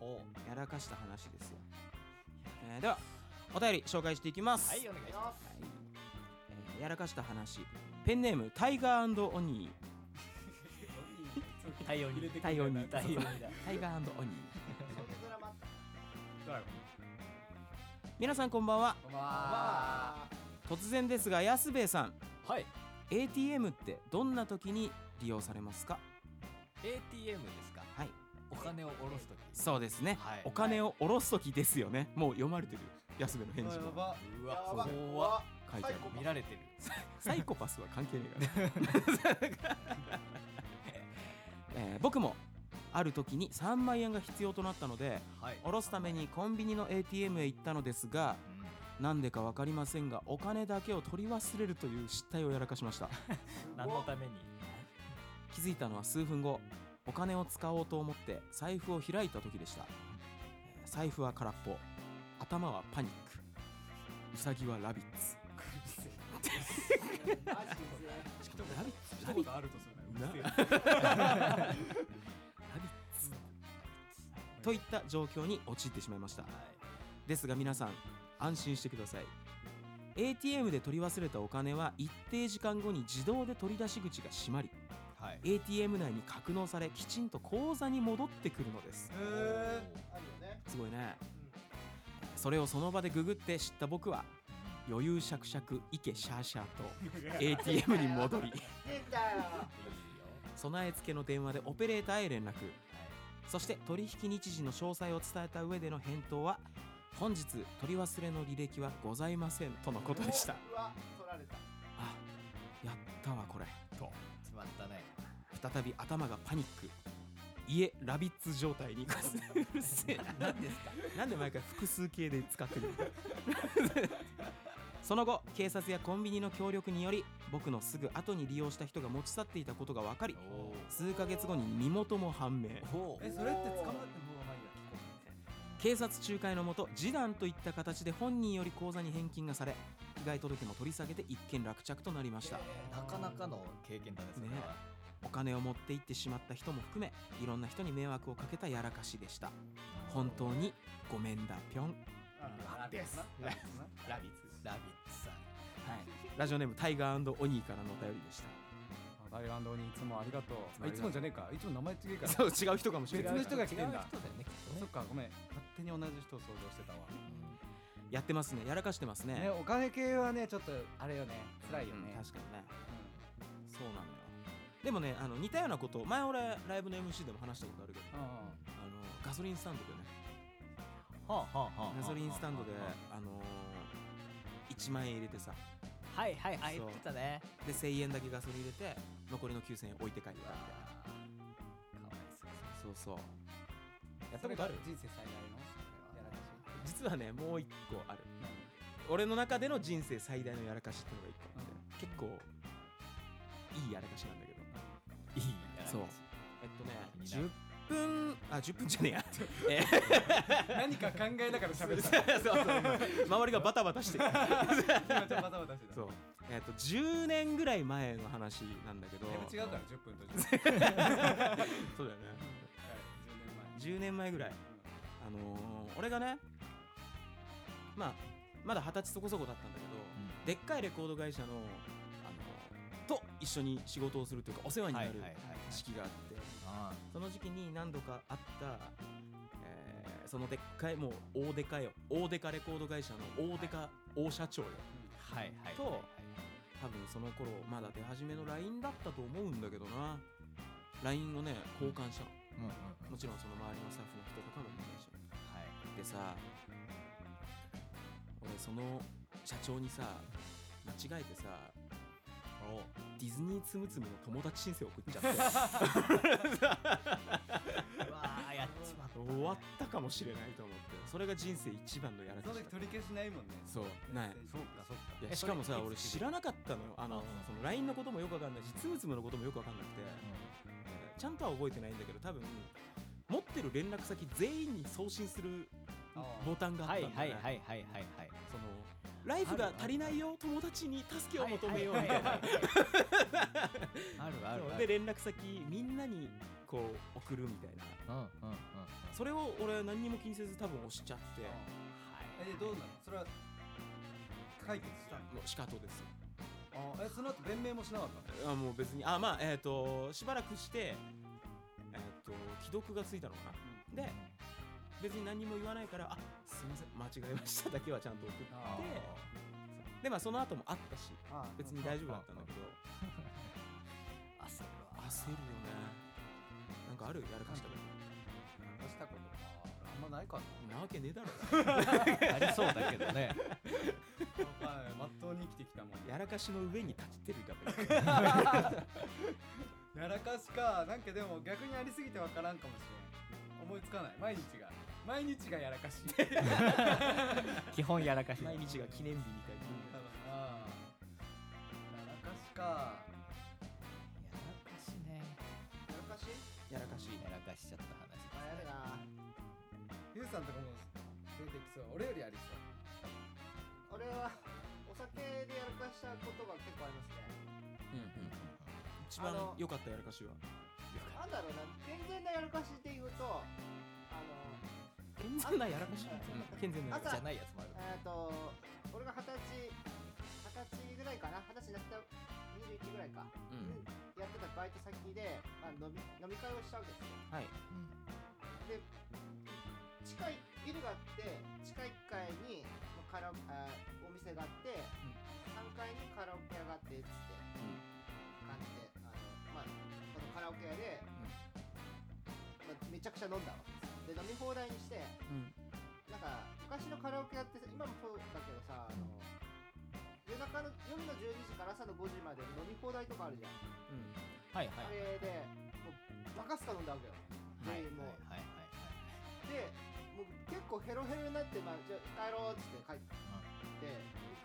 [SPEAKER 2] ほ
[SPEAKER 1] やらかした話ですよ、えーではお便り紹介していきま
[SPEAKER 2] う
[SPEAKER 1] す、
[SPEAKER 2] はいお願いしま
[SPEAKER 1] えーやらかした話ペンネームタイガーオニー
[SPEAKER 2] す太陽に
[SPEAKER 1] 太陽に
[SPEAKER 2] 太陽にだ
[SPEAKER 1] タイガーオニー
[SPEAKER 3] そういうドラマあった
[SPEAKER 1] 皆さんこんばんは
[SPEAKER 4] こんばんは
[SPEAKER 1] 突然ですが安兵衛さん
[SPEAKER 2] はい
[SPEAKER 1] ATM ってどんな時に利用されますか
[SPEAKER 2] ATM ですか
[SPEAKER 6] はい
[SPEAKER 2] お金を下ろすとき
[SPEAKER 6] そうですね、
[SPEAKER 2] はい
[SPEAKER 6] お金を下ろす時ですよねもう読まれてる安部の返事
[SPEAKER 5] や
[SPEAKER 6] が
[SPEAKER 5] ば
[SPEAKER 2] う
[SPEAKER 3] やば
[SPEAKER 2] わ
[SPEAKER 3] い
[SPEAKER 2] 怖っ
[SPEAKER 6] 書いてある
[SPEAKER 3] 最後
[SPEAKER 2] 見られてる
[SPEAKER 6] サイコパスは関係ねえから えー僕もある時に3万円が必要となったので
[SPEAKER 2] はい
[SPEAKER 6] 下ろすためにコンビニの ATM へ行ったのですが
[SPEAKER 2] うん
[SPEAKER 6] なんでか分かりませんがお金だけを取り忘れるという失態をやらかしました
[SPEAKER 2] 何のために
[SPEAKER 6] 気づいたのは数分後お金を使おうと思って財布を開いた時でしたえー財布は空っぽ頭はパニックウサギはラビッツ
[SPEAKER 3] マジでね
[SPEAKER 6] ラビッツラビッツ
[SPEAKER 5] あるとする
[SPEAKER 6] なラビッツといった状況に陥ってしまいましたですが皆さん安心してください ATM で取り忘れたお金は一定時間後に自動で取り出し口が閉まり
[SPEAKER 2] はい
[SPEAKER 6] ATM 内に格納されきちんと口座に戻ってくるのです
[SPEAKER 5] え
[SPEAKER 3] あるよね
[SPEAKER 6] すごいねそれをその場でググって知った僕は余裕しゃくしゃく池シャーシャーと ATM に戻り
[SPEAKER 3] 出たよ
[SPEAKER 6] 備え付けの電話でオペレーターへ連絡そして取引日時の詳細を伝えた上での返答は本日取り忘れの履歴はございませんとのことでした
[SPEAKER 3] うわ取られた
[SPEAKER 6] あやったわこれ
[SPEAKER 2] 詰まったね
[SPEAKER 6] 再び頭がパニック家ラビッツ状態 にうるせえな何ですかなんで毎回複数形で使ってるの その後警察やコンビニの協力により僕のすぐ後に利用した人が持ち去っていたことが分かり数ヶ月後に身元も判明
[SPEAKER 2] お
[SPEAKER 5] えそれって捕まってもうまあいいや聞こ
[SPEAKER 6] 警察仲介のもと示談といった形で本人より口座に返金がされ被害届も取り下げて一件落着となりました、
[SPEAKER 2] なかなかの経験だねそれは
[SPEAKER 6] お金を持って行ってしまった人も含めいろんな人に迷惑をかけたやらかしでした本当にごめんだぴょん、はい、
[SPEAKER 3] あです
[SPEAKER 2] ラビッツラビッツさん
[SPEAKER 6] ラジオネームタイガーオニーからのお便りでし
[SPEAKER 4] ダイランドにいつもありがとうあいつもじゃねえかいつも名前違えか
[SPEAKER 6] た
[SPEAKER 4] ら
[SPEAKER 6] そう違う人かもしれ
[SPEAKER 4] 別
[SPEAKER 6] ない
[SPEAKER 4] の人が来てんだ
[SPEAKER 2] 違う人だよねきっとね
[SPEAKER 4] そっかごめん勝手に同じ人を想像してたわ
[SPEAKER 6] やってますねやらかしてますね
[SPEAKER 4] ねお金系はねちょっとあれよね辛いよ
[SPEAKER 6] うん
[SPEAKER 4] ね
[SPEAKER 6] 確かにねそうなんだよでもねあの似たようなことを前俺ライブの MC でも話したことあるけど
[SPEAKER 4] うんうん
[SPEAKER 6] あのガソリンスタンドでね
[SPEAKER 2] はあはあはあ
[SPEAKER 6] ガソリンスタンドであのー、1万円入れてさ
[SPEAKER 2] はいはいあ
[SPEAKER 6] そ
[SPEAKER 2] 言
[SPEAKER 6] う
[SPEAKER 2] ってたね
[SPEAKER 6] で1000円だけガソリン入れて残りの9000円置いて帰ったみたい
[SPEAKER 2] かわ
[SPEAKER 6] ない
[SPEAKER 2] そう
[SPEAKER 6] そうそうやった
[SPEAKER 4] そ
[SPEAKER 6] こ
[SPEAKER 4] れ
[SPEAKER 6] とあ
[SPEAKER 4] が
[SPEAKER 6] る
[SPEAKER 4] 人生最大のやらかし
[SPEAKER 6] 実はねもう一個ある俺の中での人生最大のやらかしってのが一個あって結構いいやらかしなんだけど
[SPEAKER 2] いいや
[SPEAKER 6] そうえっとね10
[SPEAKER 2] 分
[SPEAKER 6] 分あ10分じゃねえやえー
[SPEAKER 4] 何か考えながら喋る
[SPEAKER 6] そうそう周りがバタバタしてる
[SPEAKER 4] 今ちょっとバタバタしてた
[SPEAKER 6] そうえっと10年ぐらい前の話なんだけど
[SPEAKER 4] だいぶ違うから10分と10分 はい
[SPEAKER 6] そうだよね
[SPEAKER 4] 10年前
[SPEAKER 6] 10年前ぐらいあのー俺がねまあまだ二十歳そこそこだったんだけど、でっかいレコード会社の、あのーと一緒に仕事をするというかお世話にな
[SPEAKER 2] はい
[SPEAKER 6] る
[SPEAKER 2] はいはい
[SPEAKER 6] 時期があって、
[SPEAKER 2] あ
[SPEAKER 6] その時期に何度かあった、えーそのでっかいもう大でかいよ大でかレコード会社の大でか大社長よ
[SPEAKER 2] ーはいはい
[SPEAKER 6] と多分その頃まだ出始めの LINE だったと思うんだけどな LINE をね交換したの
[SPEAKER 2] うんうんうん
[SPEAKER 6] もちろんその周りのスタッフの人とかもみんな一緒に
[SPEAKER 2] はい
[SPEAKER 6] でさ俺その社長にさ間違えてさディズニーつむつむの友達申請送っちゃって
[SPEAKER 2] うわーやっちまったね
[SPEAKER 6] 終わったかもしれないと思ってそれが人生一番のやら
[SPEAKER 4] そ
[SPEAKER 6] か
[SPEAKER 4] の
[SPEAKER 6] し
[SPEAKER 4] 時取り消しないもんね
[SPEAKER 6] そうない
[SPEAKER 5] そうかそうか
[SPEAKER 6] いや
[SPEAKER 2] え
[SPEAKER 6] しかもさ
[SPEAKER 2] それ
[SPEAKER 6] 俺
[SPEAKER 2] いつ気づい
[SPEAKER 6] 知
[SPEAKER 2] た
[SPEAKER 6] らなかったのよあの
[SPEAKER 2] あうん
[SPEAKER 6] その LINE のこともよくわかんないしつむつむのこともよくわかんなくて、ちゃんとは覚えてないんだけど多分持ってる連絡先全員に送信するボタンがあっ
[SPEAKER 2] は
[SPEAKER 6] た
[SPEAKER 2] い
[SPEAKER 6] んだ
[SPEAKER 2] は
[SPEAKER 6] よ
[SPEAKER 2] い
[SPEAKER 6] ね、
[SPEAKER 2] はいはいはいはい
[SPEAKER 6] そのライフが足りないよ友達に助けを求めようみたいな
[SPEAKER 2] は。あるある
[SPEAKER 6] そう
[SPEAKER 2] あ
[SPEAKER 6] で
[SPEAKER 2] る
[SPEAKER 6] 連絡先みんなにこう送るみたいな
[SPEAKER 2] うんうんうんうん
[SPEAKER 6] それを俺は何にも気にせず多分押しちゃって
[SPEAKER 4] えでどうなのそれは解決したの
[SPEAKER 6] もう仕方ですよ
[SPEAKER 4] あーえその後弁明もしなかったの
[SPEAKER 6] あもう別にあまあえっ、としばらくしてえっ、と既読がついたのかな、で別に何にも言わないからあすいません間違えましただけはちゃんと送って
[SPEAKER 4] あー
[SPEAKER 6] でまあその後もあったし
[SPEAKER 4] あー
[SPEAKER 6] 別に大丈夫だったんだけど
[SPEAKER 2] 焦るわ
[SPEAKER 6] 焦るよねかあるやらかしたこ
[SPEAKER 4] 流したことあんまないかな
[SPEAKER 6] となわけねえだろ
[SPEAKER 2] ありそうだけど ね。
[SPEAKER 4] わかんないまっとうに生きてきたもん
[SPEAKER 6] やらかしの上に立ってるか
[SPEAKER 4] やらかしかなんかでも逆にありすぎてわからんかもしれん思いつかない毎日が毎日がやらか し多分
[SPEAKER 2] 基本やらかし。
[SPEAKER 6] 毎日が記念日みたい
[SPEAKER 4] なやらかしか
[SPEAKER 3] らかし
[SPEAKER 6] なやらかし
[SPEAKER 2] やらかしちゃった話です。
[SPEAKER 3] あやるな
[SPEAKER 4] ゆうさんとかも出てきそう俺よりありそう
[SPEAKER 3] 俺はお酒でやらかしたことが結構ありますね
[SPEAKER 6] 一
[SPEAKER 3] あ
[SPEAKER 6] 番
[SPEAKER 3] の
[SPEAKER 6] 良かったやらかしは
[SPEAKER 3] なんだろうな健全なやらかしで言うとあの
[SPEAKER 6] 健全なやらかし
[SPEAKER 3] うん
[SPEAKER 6] 健全なやらかし
[SPEAKER 2] じゃないやつもある。
[SPEAKER 3] えっと俺が二十歳二十歳ぐらいかな二十歳になった21ぐらいか、
[SPEAKER 6] うん
[SPEAKER 3] やってたバイト先で、まあ、飲み飲み会をしたわけですよ
[SPEAKER 6] はい
[SPEAKER 3] 地下いビルがあって地下1階にまあカラオあーお店があって、3階にカラオケ屋があってっつって感じであの、まあ、そのカラオケ屋で、まあ、めちゃくちゃ飲んだわけですよで飲み放題にして
[SPEAKER 6] うん
[SPEAKER 3] なんか昔のカラオケ屋ってさ今もそうだけどさあの夜中の夜の12時から朝の5時まで飲み放題とかあるじゃん
[SPEAKER 2] はいはい
[SPEAKER 3] あれでもうバカすか飲んだわけよ
[SPEAKER 2] はいはい
[SPEAKER 3] でもう
[SPEAKER 2] はいはい。
[SPEAKER 3] でもう結構ヘロヘロになって、まあ、じゃあ帰ろうっつって帰って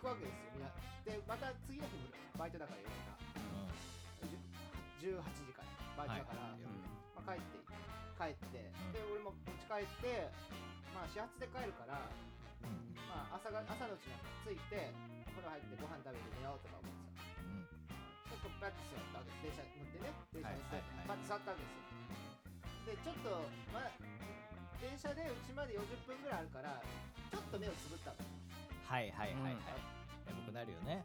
[SPEAKER 3] 行くわけですよみんなでまた次の日もバイトだから夜中じゅ18時からバイトだから、まあ、
[SPEAKER 2] はい
[SPEAKER 3] 帰って帰って、
[SPEAKER 2] ん
[SPEAKER 3] で俺も持ち帰ってまあ始発で帰るから、
[SPEAKER 2] うんうん
[SPEAKER 3] まあ、朝が朝のうちに着いてお風呂入ってご飯食べて寝ようとか思ってた
[SPEAKER 2] うん
[SPEAKER 3] でこうバッて座ったわけです電車乗ってね電車乗って、
[SPEAKER 2] はいはいはい
[SPEAKER 3] バッて座ったわけですよでちょっと、まあ、電車でうちまで40分ぐらいあるからちょっと目をつぶったの
[SPEAKER 2] はいはいはいはい。
[SPEAKER 6] うん
[SPEAKER 2] 眠くなるよね。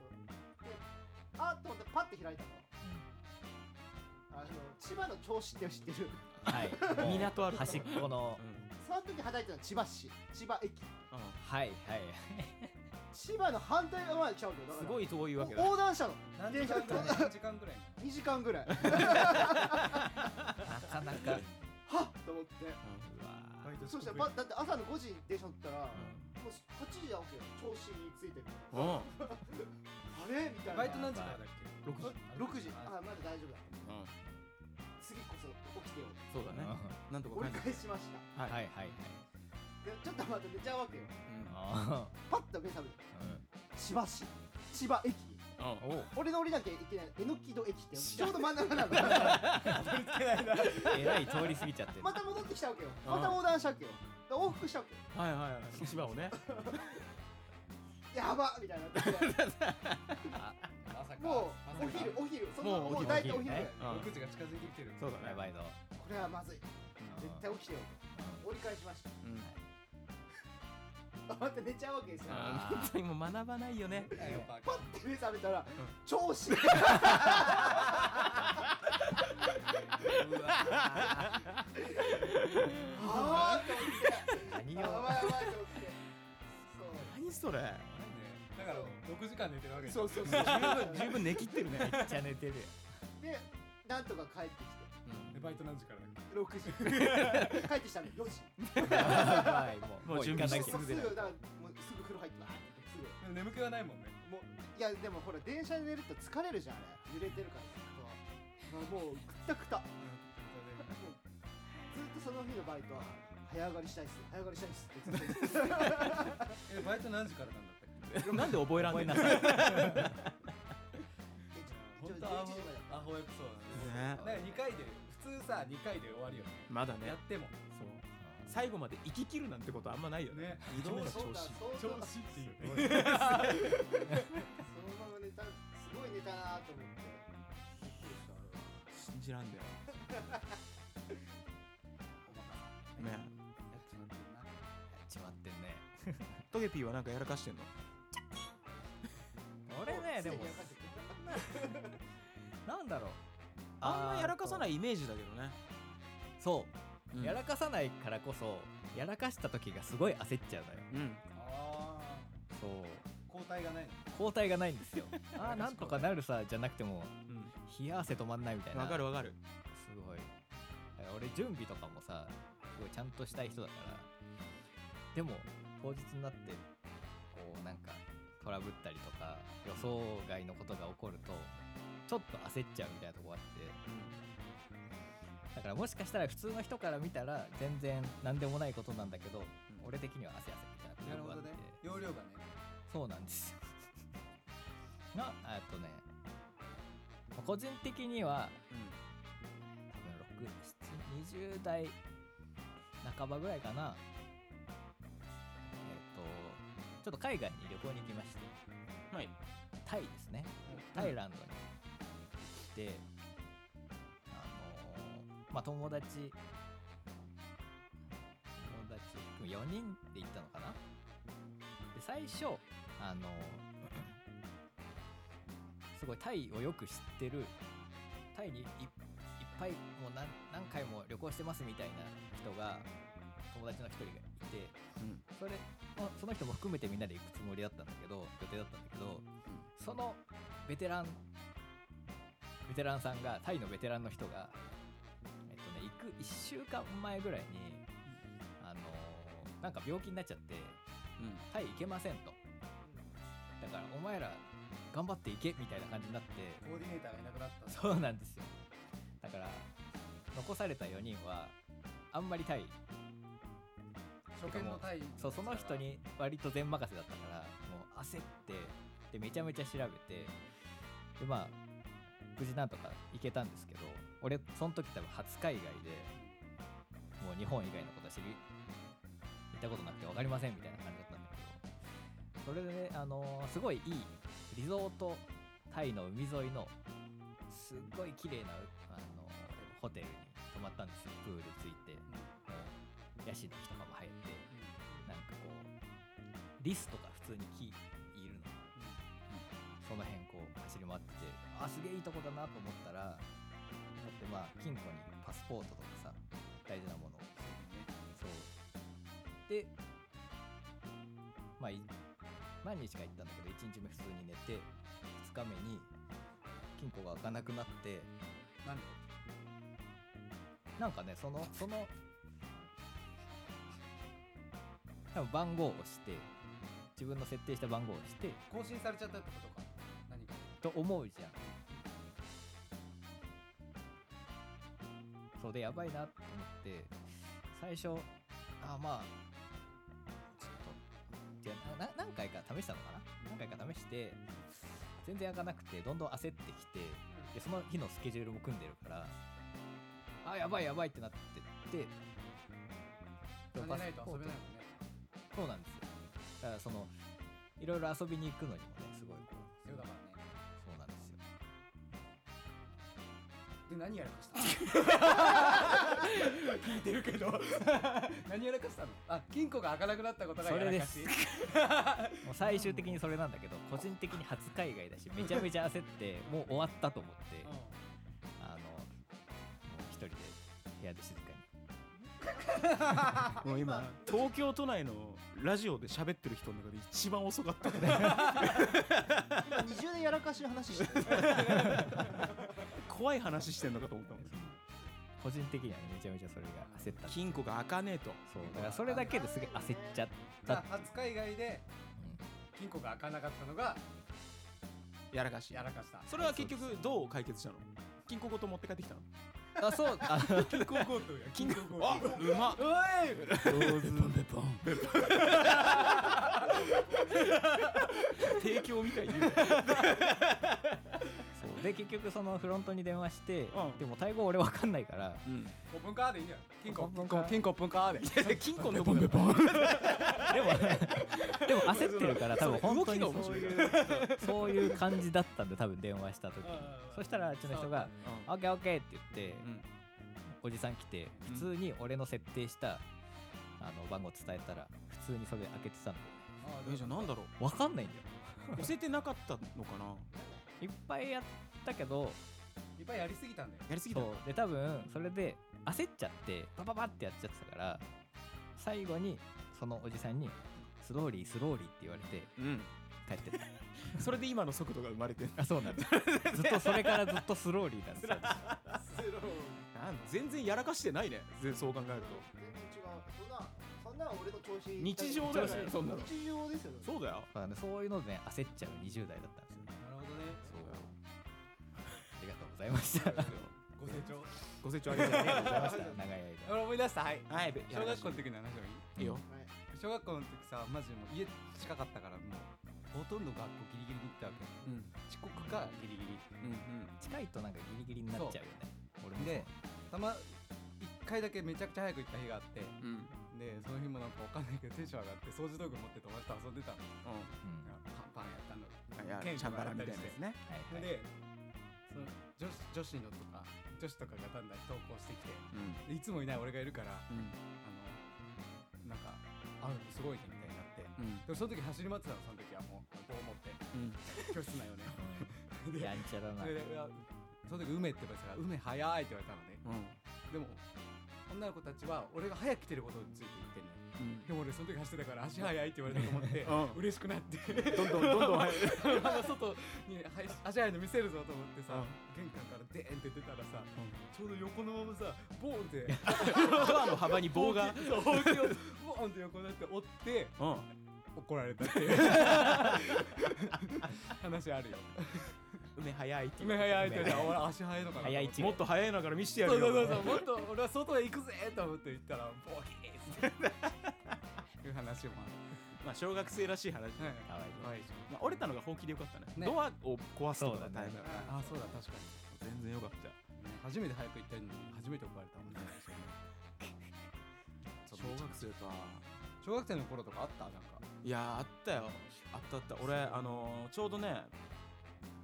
[SPEAKER 3] あっと思ってパッて開いたのあの千葉の銚子って知ってる
[SPEAKER 2] はい。
[SPEAKER 6] 港ある
[SPEAKER 2] 端っこの。
[SPEAKER 3] その時働いてたの千葉市千葉駅
[SPEAKER 2] はいはい。
[SPEAKER 3] 千葉の反対側まで来ちゃうんだよだ
[SPEAKER 6] す
[SPEAKER 3] から
[SPEAKER 6] ごい遠いわけだ
[SPEAKER 3] 横断したの
[SPEAKER 4] 何時間ぐらい何時間ぐらい
[SPEAKER 3] 2時間ぐ らいはっ
[SPEAKER 2] なかなか。
[SPEAKER 3] と思って
[SPEAKER 6] うわ
[SPEAKER 4] バイト
[SPEAKER 3] そしたら
[SPEAKER 4] バ
[SPEAKER 3] ばだって朝の5時に電車乗ったら、もう8時だわけよ調子についてる
[SPEAKER 6] うんうん
[SPEAKER 3] あれみたいな
[SPEAKER 4] イト何時からだっけ
[SPEAKER 6] 6時
[SPEAKER 3] 6時あまだ大丈夫だ次こそ起きてよ
[SPEAKER 6] そうだね
[SPEAKER 2] う
[SPEAKER 6] なんとか
[SPEAKER 3] 折
[SPEAKER 6] 帰
[SPEAKER 3] り
[SPEAKER 6] る
[SPEAKER 3] 返しました
[SPEAKER 2] んはいはいはい。
[SPEAKER 3] でちょっとまた寝ちゃうわけよ
[SPEAKER 2] あ
[SPEAKER 3] パッと目覚めて千葉市千葉駅
[SPEAKER 6] うん
[SPEAKER 2] あ。うん。おう。
[SPEAKER 3] 俺の降りなきゃいけないえのき戸駅ってちょうど真ん 中なの
[SPEAKER 2] えらい通り過ぎちゃってる。
[SPEAKER 3] また戻ってきたわけよ
[SPEAKER 6] うん
[SPEAKER 3] また横断したわけよで往復したわけよ
[SPEAKER 6] はいはいはい千葉をね
[SPEAKER 3] やばみたいになっ
[SPEAKER 4] ま
[SPEAKER 3] て
[SPEAKER 4] さか ま
[SPEAKER 3] もうお
[SPEAKER 4] さか
[SPEAKER 3] 昼お昼その
[SPEAKER 6] もう
[SPEAKER 3] もう
[SPEAKER 6] お昼
[SPEAKER 3] 大体お昼ぐ
[SPEAKER 2] お昼
[SPEAKER 3] らい
[SPEAKER 2] ね
[SPEAKER 6] うん
[SPEAKER 4] 6時が近づいてきてる
[SPEAKER 6] そうだね
[SPEAKER 2] やばいぞ。
[SPEAKER 3] これはまずい絶対起きてよ折り返しました
[SPEAKER 6] うん
[SPEAKER 3] あまた寝ちゃうわけですよ
[SPEAKER 6] あ ー本当にもう学ばないよね
[SPEAKER 4] あやっぱ
[SPEAKER 3] パッて目覚めたら調子
[SPEAKER 4] うわ
[SPEAKER 3] あーって思って
[SPEAKER 2] 何
[SPEAKER 3] やばいやばいと思って。
[SPEAKER 6] 何それ
[SPEAKER 4] だから6時間寝てるわけ
[SPEAKER 3] そう。そうそうそう。
[SPEAKER 6] 十分寝切ってるね
[SPEAKER 2] めっちゃ寝て るよ。
[SPEAKER 3] で、なんとか帰ってき
[SPEAKER 4] でバイト何時からだっけ
[SPEAKER 3] て、六時。帰ってきたの四時。
[SPEAKER 2] やばいもう
[SPEAKER 6] もう準備
[SPEAKER 2] 行
[SPEAKER 6] して
[SPEAKER 2] か
[SPEAKER 3] もうす
[SPEAKER 2] なき
[SPEAKER 3] ぐ
[SPEAKER 2] ゃ
[SPEAKER 3] だからもうすぐ風呂入った。すぐ。
[SPEAKER 4] でも眠気はないもんね
[SPEAKER 3] もういやでもほら電車で寝ると疲れるじゃんあれ。揺れてるからずっと。もうくったくた。もうずっとその日のバイトは早上がりしたいっす。早上がりしたいっすってずっと言ってた。
[SPEAKER 4] えバイト何時からなんだったっけ
[SPEAKER 6] なんで覚えらんねえんだ
[SPEAKER 3] 11時
[SPEAKER 4] 本
[SPEAKER 3] 前
[SPEAKER 4] 当
[SPEAKER 3] だ
[SPEAKER 4] ア
[SPEAKER 3] っ
[SPEAKER 4] ホ
[SPEAKER 3] た。
[SPEAKER 4] アホエピソードだね
[SPEAKER 6] ね
[SPEAKER 4] だから2回で普通さ2回で終わるよね
[SPEAKER 6] まだ
[SPEAKER 4] や
[SPEAKER 6] ね
[SPEAKER 4] っても
[SPEAKER 6] そう最後まで生き切るなんてことあんまないよね
[SPEAKER 4] ね
[SPEAKER 6] 二度目の調
[SPEAKER 3] そうだ
[SPEAKER 6] 子
[SPEAKER 3] そうだ
[SPEAKER 4] っていう
[SPEAKER 3] そのまま寝た、すごい寝たなと思って。びっくりしたあれは。
[SPEAKER 6] 信じらんだよ
[SPEAKER 4] や
[SPEAKER 6] ね
[SPEAKER 4] っちまってるな
[SPEAKER 2] 決まってんね。
[SPEAKER 6] トゲピーはなんかやらかしてんの
[SPEAKER 2] 俺ねでも
[SPEAKER 3] すでにやらかしてた
[SPEAKER 2] なんだろう。。
[SPEAKER 6] あ んまやらかさないいイメージだけどね
[SPEAKER 2] そう。
[SPEAKER 6] うん
[SPEAKER 2] やらかさないからこそやらかした時がすごい焦っちゃうのよ
[SPEAKER 6] うん
[SPEAKER 4] あ
[SPEAKER 2] そう
[SPEAKER 4] ー交代がないの
[SPEAKER 2] 交代がないんですよああなんとかなるさじゃなくても
[SPEAKER 6] う
[SPEAKER 2] 冷や汗止まんないみたい
[SPEAKER 6] ん
[SPEAKER 2] な
[SPEAKER 6] わかるわかる
[SPEAKER 2] すごい俺準備とかもさすごいちゃんとしたい人だからでも当日になってこうなんかトラブったりとか予想外のことが起こるとちょっと焦っちゃうみたいなとこあって、だからもしかしたら普通の人から見たら全然何でもないことなんだけど、俺的には汗汗みたいなとこ
[SPEAKER 5] なるほ
[SPEAKER 2] があ
[SPEAKER 5] ど
[SPEAKER 2] って
[SPEAKER 5] ね容量がね
[SPEAKER 2] そうなんですよがえっとね個人的には多分6 20代半ばぐらいかなえっ、とちょっと海外に旅行に行きまして
[SPEAKER 6] はい
[SPEAKER 2] タイですねタイランドに行ってあのーまあ友達友達4人で行ったのかなで最初あのーすごいタイをよく知ってるタイにいいっぱいもう何何回も旅行してますみたいな人が友達の一人がいて、それまあその人も含めてみんなで行くつもりだったんだけど予定だったんだけど、そのベテランベテランさんがタイのベテランの人がえっとね行く1週間前ぐらいにあのーなんか病気になっちゃってタイ行けませんとだからお前ら頑張って行けみたいな感じになって
[SPEAKER 5] コーディネーターがいなくなった
[SPEAKER 2] そうなんですよだから残された4人はあんまりタイ
[SPEAKER 5] 初見のタイ
[SPEAKER 2] そうその人に割と全任せだったからもう焦ってでめちゃめちゃ調べてでまあ無事なんとか行けたんですけど俺その時多分初海外でもう日本以外のことは知り行ったことなくて分かりませんみたいな感じだったんだけどそれでね、あのーすごいいいリゾートタイの海沿いのすっごい綺麗な、あのーホテルに泊まったんですよプールついてもうヤシの木とかも生えてなんかこうリスとか普通に木いるの、その辺こう走り回っててあすげえいいとこだなと思ったらだってまあ金庫にパスポートとかさ大事なものをそうでまあい何日か行ったんだけど1日目普通に寝て2日目に金庫が開かなくなって
[SPEAKER 5] なんで
[SPEAKER 2] なんかねそのその多分番号を押して自分の設定した番号を押して
[SPEAKER 5] 更新されちゃったってことか何か
[SPEAKER 2] と思うじゃんそうでやばいなと思って最初あまあちょっとじゃあな何回か試したのかな何回か試して全然開かなくてどんどん焦ってきてでその日のスケジュールも組んでるからあやばいやばいってなってって
[SPEAKER 5] 金ないと遊べないもんね
[SPEAKER 2] そうなんですよだからそのいろいろ遊びに行くのにもねすごいこう
[SPEAKER 5] 必要だからね
[SPEAKER 2] そうなんですよ
[SPEAKER 5] で何やらかした聞いてるけど何やらかしたのあ金庫が開かなくなったことがやらかし
[SPEAKER 2] それもう最終的にそれなんだけど個人的に初海外だしめちゃめちゃ焦ってもう終わったと思ってあのもう一人で部屋で静かに
[SPEAKER 6] もう今東京都内のラジオで喋ってる人の中で一番遅か ったね
[SPEAKER 3] 今20年やらかしの話してる
[SPEAKER 6] 怖い話してんのかと思ったもん
[SPEAKER 2] 個人的にはねめちゃめちゃそれが焦った
[SPEAKER 6] 金庫が開かねえと
[SPEAKER 2] そうだからそれだけですげえ焦っちゃっ
[SPEAKER 5] じ
[SPEAKER 2] た
[SPEAKER 5] ゃあ
[SPEAKER 2] っていう
[SPEAKER 5] 初海外で金庫が開かなかったのが
[SPEAKER 6] やらかし
[SPEAKER 5] やらかした
[SPEAKER 6] それは結局どう解決したの金庫ごと持って帰ってきたの
[SPEAKER 2] うんあそうあ
[SPEAKER 5] 金庫強盗や金庫強盗
[SPEAKER 6] あうまっ
[SPEAKER 5] おい
[SPEAKER 6] 提供みたいに言う
[SPEAKER 2] そうで結局そのフロントに電話して、
[SPEAKER 6] うん
[SPEAKER 2] でもタイ語俺わかんないから
[SPEAKER 5] オープンカーでいいんじゃない金庫
[SPEAKER 4] 金庫金庫プンカーで
[SPEAKER 6] うん金庫のとこだよ
[SPEAKER 2] でもでも焦ってるから多分本当に
[SPEAKER 6] 動きが面
[SPEAKER 2] そういうそういう感じだったんで多分電話した時にそしたらあっちの人が「オッケーオッケー」って言って、
[SPEAKER 6] うん
[SPEAKER 2] おじさん来て
[SPEAKER 6] うん
[SPEAKER 2] 普通に俺の設定した、あの番号伝えたら普通にそれ開けてたんで
[SPEAKER 6] えじゃあなんだろ
[SPEAKER 2] 分かんないんだよ
[SPEAKER 6] う押せてなかったのかない
[SPEAKER 2] っぱいやったけど
[SPEAKER 5] いっぱいやりすぎたんだよ
[SPEAKER 6] やりすぎた
[SPEAKER 2] そうで多分それで焦っちゃってパパパってやっちゃってたから最後にそのおじさんに「スローリースローリー」って言われて
[SPEAKER 6] うん
[SPEAKER 2] 帰って った
[SPEAKER 6] それで今の速度が生まれてる
[SPEAKER 2] あそうなんだずっとそれからずっとスローリーなんですよ
[SPEAKER 6] ななん全然やらかしてないねぜそう考えると
[SPEAKER 3] 全然違うそんなそんな俺の調子
[SPEAKER 6] 日常だよねそんなの
[SPEAKER 3] 日常ですよね
[SPEAKER 6] そうだよ
[SPEAKER 2] まあね、そういうので、ね、焦っちゃう20代だったんですよね
[SPEAKER 5] ほどね
[SPEAKER 2] そうありがとうございましたあ
[SPEAKER 5] ご清聴
[SPEAKER 6] ご清聴ありがとう
[SPEAKER 2] り
[SPEAKER 6] ご
[SPEAKER 5] 俺思い
[SPEAKER 2] がとうございまし長い間
[SPEAKER 6] ざいました
[SPEAKER 5] 出したはい
[SPEAKER 6] たはいべ
[SPEAKER 4] 小学校の時の話もいい
[SPEAKER 6] いいよ
[SPEAKER 3] はい
[SPEAKER 4] 小学校の時さマジでもう家近かったからもうほとんど学校ギリギリに行ったわけ
[SPEAKER 6] うん
[SPEAKER 4] 遅刻かギリギリ
[SPEAKER 6] う
[SPEAKER 2] 近いとなんかギリギリになっちゃうよね俺も
[SPEAKER 4] でたま1回だけめちゃくちゃ早く行った日があって
[SPEAKER 6] んうんうん
[SPEAKER 4] でその日もなんかわかんないけどテンション上がって掃除道具持って友達と遊んでたの
[SPEAKER 2] うんは
[SPEAKER 4] パンパンやったの
[SPEAKER 6] うんいや
[SPEAKER 4] 剣
[SPEAKER 6] チャンバラみたいなやつね
[SPEAKER 2] いはい
[SPEAKER 4] でその女子女子のとか女子とかがだんだん投稿してきて
[SPEAKER 6] うん
[SPEAKER 4] でいつもいない俺がいるから
[SPEAKER 6] うん
[SPEAKER 4] あのなんかあすごいねみたいになってでもその時走り回ってたのその時はもうこう思って
[SPEAKER 6] うん
[SPEAKER 4] 教室内をね
[SPEAKER 2] うん
[SPEAKER 4] で
[SPEAKER 2] やんちゃだな
[SPEAKER 4] それでいやその時梅って言われてたから梅早いって言われたのね
[SPEAKER 6] うん
[SPEAKER 4] でも女の子たちは俺が早く来てることについて言ってんのよ
[SPEAKER 6] うん
[SPEAKER 4] でも俺その時走ってたから足速いって言われたと思って
[SPEAKER 6] う
[SPEAKER 4] 嬉しくなって
[SPEAKER 6] どんどんどん どん入る
[SPEAKER 4] あの外にはい足早いの見せるぞと思ってさ、玄関からデーンって出たらさ、ちょうど横のままさボーンって
[SPEAKER 6] ドアの幅に棒が
[SPEAKER 4] そうほうきをボーンって横になって折って
[SPEAKER 6] うん
[SPEAKER 4] 怒られたっていう話あるよ
[SPEAKER 6] 梅早いっていう
[SPEAKER 4] 梅早いって言われたら俺足早いのかな
[SPEAKER 2] 早い
[SPEAKER 4] と
[SPEAKER 2] ち
[SPEAKER 6] もっと早いのから見せてや
[SPEAKER 4] 思
[SPEAKER 6] る
[SPEAKER 4] って
[SPEAKER 6] よ
[SPEAKER 4] そうそうそうもっと俺は外へ行くぜと思って行ったらボキーンっていう話も
[SPEAKER 6] まあ小学生らしい話
[SPEAKER 4] ある、はい
[SPEAKER 2] かわいい
[SPEAKER 4] はい
[SPEAKER 6] まあ折れたのが本気でよかったね
[SPEAKER 4] ね
[SPEAKER 6] ドアを壊すのが
[SPEAKER 2] そうだ
[SPEAKER 6] 大
[SPEAKER 2] ね
[SPEAKER 6] 変だよね
[SPEAKER 4] あそうだ確かに
[SPEAKER 6] 全然よかった
[SPEAKER 4] ね初めて早く行ったのに初めて怒られたもんね
[SPEAKER 6] 小学生か
[SPEAKER 4] 小学生の頃とかあったなんか
[SPEAKER 6] いやーあったよあったあった俺あのーちょうどね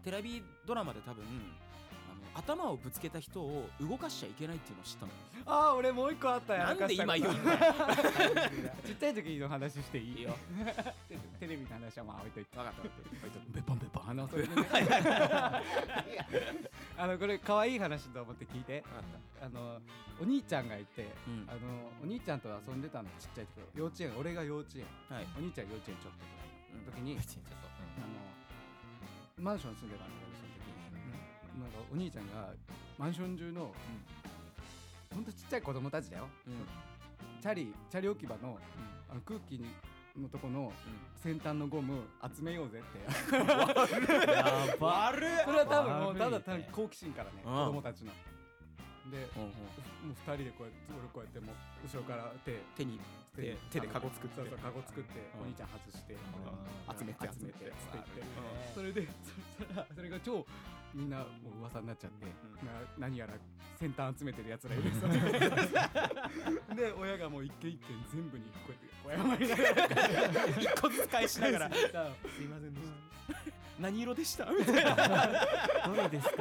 [SPEAKER 6] テレビドラマで多分あの頭をぶつけた人を動かしちゃいけないっていうのを知ったの
[SPEAKER 4] ああ俺もう一個あったや
[SPEAKER 6] なんで今言
[SPEAKER 4] よ
[SPEAKER 6] うんだよ
[SPEAKER 4] ちっちゃい時の話していい
[SPEAKER 6] いいよ
[SPEAKER 4] テレビの話はまあ置いといて
[SPEAKER 6] 分かった分か
[SPEAKER 4] ベパンベパン話そう あのこれ可愛い話と思って聞いて
[SPEAKER 6] った
[SPEAKER 4] あのお兄ちゃんがいて、
[SPEAKER 6] うん
[SPEAKER 4] あのお兄ちゃんと遊んでたのちっちゃい時幼稚園俺が幼稚園
[SPEAKER 6] はい
[SPEAKER 4] お兄ちゃんが幼稚園ちょっと
[SPEAKER 6] うん
[SPEAKER 4] ぐらいの時に、
[SPEAKER 2] ちょっと
[SPEAKER 4] あのマンション住んでたんだけどその時に、なんかお兄ちゃんがマンション中の、ほんとちっちゃい子供たちだよ
[SPEAKER 6] うんうん
[SPEAKER 4] チャリチャリ置き場のあの空気にのとこの先端のゴム集めようぜって
[SPEAKER 2] うんやば
[SPEAKER 6] 悪っ
[SPEAKER 4] それは多分もう
[SPEAKER 2] 悪いね
[SPEAKER 4] ただ単に好奇心からね
[SPEAKER 6] う
[SPEAKER 4] 子
[SPEAKER 6] ん
[SPEAKER 4] 供たちので
[SPEAKER 6] うんうん
[SPEAKER 4] もう2人でこうやって俺こうやってもう後ろから手
[SPEAKER 6] 手に手手でカゴ作って
[SPEAKER 4] そうそうカゴ作って
[SPEAKER 6] う
[SPEAKER 4] お
[SPEAKER 6] ん
[SPEAKER 4] 兄ちゃん外して
[SPEAKER 2] う
[SPEAKER 6] 集めて
[SPEAKER 4] 集めて
[SPEAKER 6] 集め
[SPEAKER 4] つっ
[SPEAKER 6] て
[SPEAKER 4] て言って
[SPEAKER 2] ね
[SPEAKER 4] それでそしたらそれが超みんなもう噂になっちゃって、な何やら先端集めてるやつらいるぞで親がもう一軒一軒全部にこうやって謝りながら
[SPEAKER 6] 一個ずつ返しながら
[SPEAKER 4] すいませんでし
[SPEAKER 6] 何色でしたみたいな
[SPEAKER 2] どれですか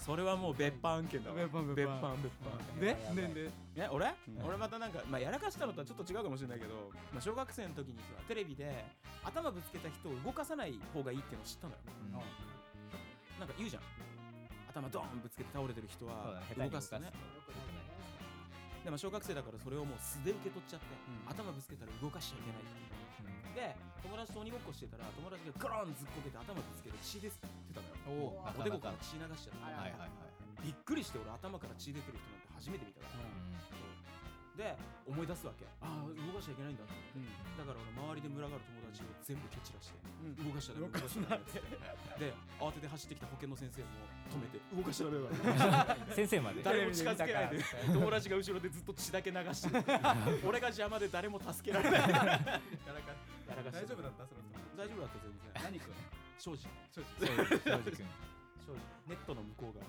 [SPEAKER 6] それはもう別班案件だわ
[SPEAKER 4] 別班
[SPEAKER 6] 別
[SPEAKER 4] 別班
[SPEAKER 6] 班別班
[SPEAKER 4] たででで
[SPEAKER 6] え俺、
[SPEAKER 4] うん
[SPEAKER 6] 俺またなんか、まあ、やらかしたのとはちょっと違うかもしれないけど、まあ、小学生の時にさテレビで頭ぶつけた人を動かさない方がいいっていうのを知ったのよ
[SPEAKER 2] うん
[SPEAKER 6] なんか言うじゃん頭ドーンぶつけて倒れてる
[SPEAKER 2] そ
[SPEAKER 6] 人
[SPEAKER 2] うだ
[SPEAKER 6] は
[SPEAKER 2] ね下手
[SPEAKER 6] 動
[SPEAKER 2] に動
[SPEAKER 6] か
[SPEAKER 2] か
[SPEAKER 6] す
[SPEAKER 2] す
[SPEAKER 6] と
[SPEAKER 2] と
[SPEAKER 6] ね
[SPEAKER 2] ね
[SPEAKER 3] よくないよね
[SPEAKER 6] でも小学生だからそれをもう素で受け取っちゃって、
[SPEAKER 4] うん
[SPEAKER 6] 頭ぶつけたら動かしちゃいけないっていうで友達と鬼ごっこしてたら友達がガロンずっこけて頭ぶつけて血ですって言ってたのよ
[SPEAKER 2] お
[SPEAKER 3] お
[SPEAKER 2] な
[SPEAKER 6] お
[SPEAKER 2] か
[SPEAKER 6] で
[SPEAKER 2] な
[SPEAKER 6] こ
[SPEAKER 2] か
[SPEAKER 6] から血流しちゃって
[SPEAKER 3] あら
[SPEAKER 2] はいはいはい
[SPEAKER 6] びっくりして俺頭から血出てる人なんて初めて見たから、で思い出すわけああ動かしちゃいけないんだってだから俺周りで群がる友達を全部蹴散らして、
[SPEAKER 4] うん
[SPEAKER 6] 動かしちゃダメ
[SPEAKER 4] 動かしちゃダメ
[SPEAKER 6] 動かしちゃダメで慌てて走ってきた保健の先生も止めて動かしちゃダメだ
[SPEAKER 2] 先生まで
[SPEAKER 6] 誰も近づけない
[SPEAKER 4] テレビ
[SPEAKER 6] で
[SPEAKER 4] 見
[SPEAKER 6] 友達が後ろでずっと血だけ流 してる俺が邪魔で誰も助けられないやらかやらかして
[SPEAKER 4] 大丈夫だ
[SPEAKER 6] だ
[SPEAKER 4] ったその人
[SPEAKER 6] 大丈夫だった全然
[SPEAKER 4] 何君
[SPEAKER 6] 正直
[SPEAKER 4] 正直
[SPEAKER 6] 正直ネットの向こう側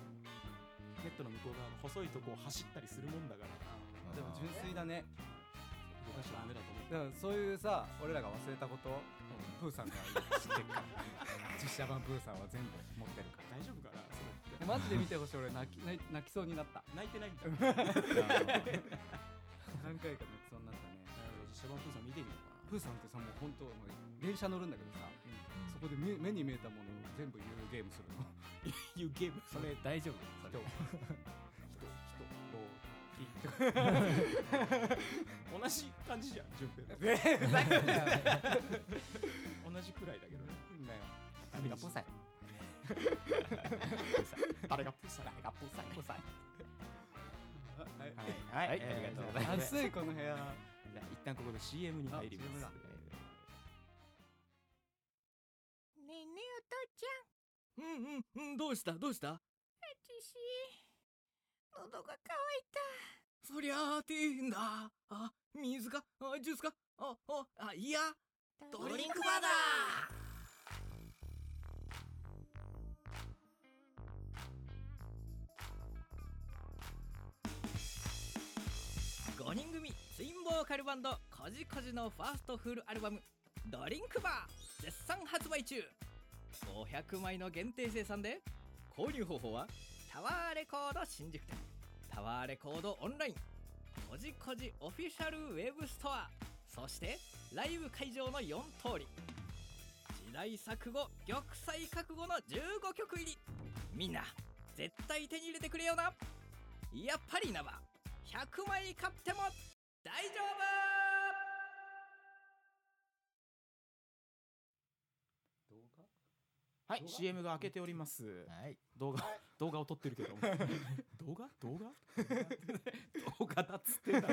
[SPEAKER 6] ネットの向こう側の細いとこを走ったりするもんだから
[SPEAKER 2] ー
[SPEAKER 4] でも純粋だね
[SPEAKER 6] 動かしちゃダメだと思って
[SPEAKER 4] だからそういうさ俺らが忘れたことをプーさんが知ってるから実写版プーさんは全部持ってるから
[SPEAKER 6] 大丈夫かなそれって
[SPEAKER 4] でマジで見てほしい俺泣き泣い泣きそうになった
[SPEAKER 6] 泣いてないんだ
[SPEAKER 4] 何回か泣きそうになったね
[SPEAKER 6] 実写版プーさん見てみようかな
[SPEAKER 4] プーさんってさもう本当もう電車乗るんだけどさ、そこで目目に見えたものを全部言うゲームするの
[SPEAKER 6] いうゲーム
[SPEAKER 2] それ大丈夫それ
[SPEAKER 6] 同じ感じじゃん順平
[SPEAKER 4] えふざけんなよ
[SPEAKER 6] 同じくらいだけどね
[SPEAKER 4] ダメだポサイ
[SPEAKER 6] 誰がプサ誰がプサプサ
[SPEAKER 4] はい
[SPEAKER 6] はい、
[SPEAKER 7] はいありがとうございます
[SPEAKER 6] じ
[SPEAKER 4] 暑いこの部屋
[SPEAKER 6] ゃあ一旦ここで CM に入ります
[SPEAKER 4] あ CM だ
[SPEAKER 8] ねえねえお父ちゃん
[SPEAKER 9] うんうんうんどうしたどうした
[SPEAKER 8] 私喉が渇いた
[SPEAKER 9] そりゃあてえんだあ水かあジュースかあああいやドリンクバーだ
[SPEAKER 7] 5人組ツインボーカルバンドコジコジのファーストフルアルバム「ドリンクバー」絶賛発売中500枚の限定生産で購入方法はタワーレコード新宿店タワーレコードオンラインコジコジオフィシャルウェブストアそしてライブ会場の4通り時代錯誤玉砕覚悟の15曲入りみんな絶対手に入れてくれよなやっぱりなば100枚買っても大丈夫
[SPEAKER 6] はい、CM が開けております。
[SPEAKER 7] はい。
[SPEAKER 6] 動画、動画を撮ってるけども。動画動画動画だっつってんだ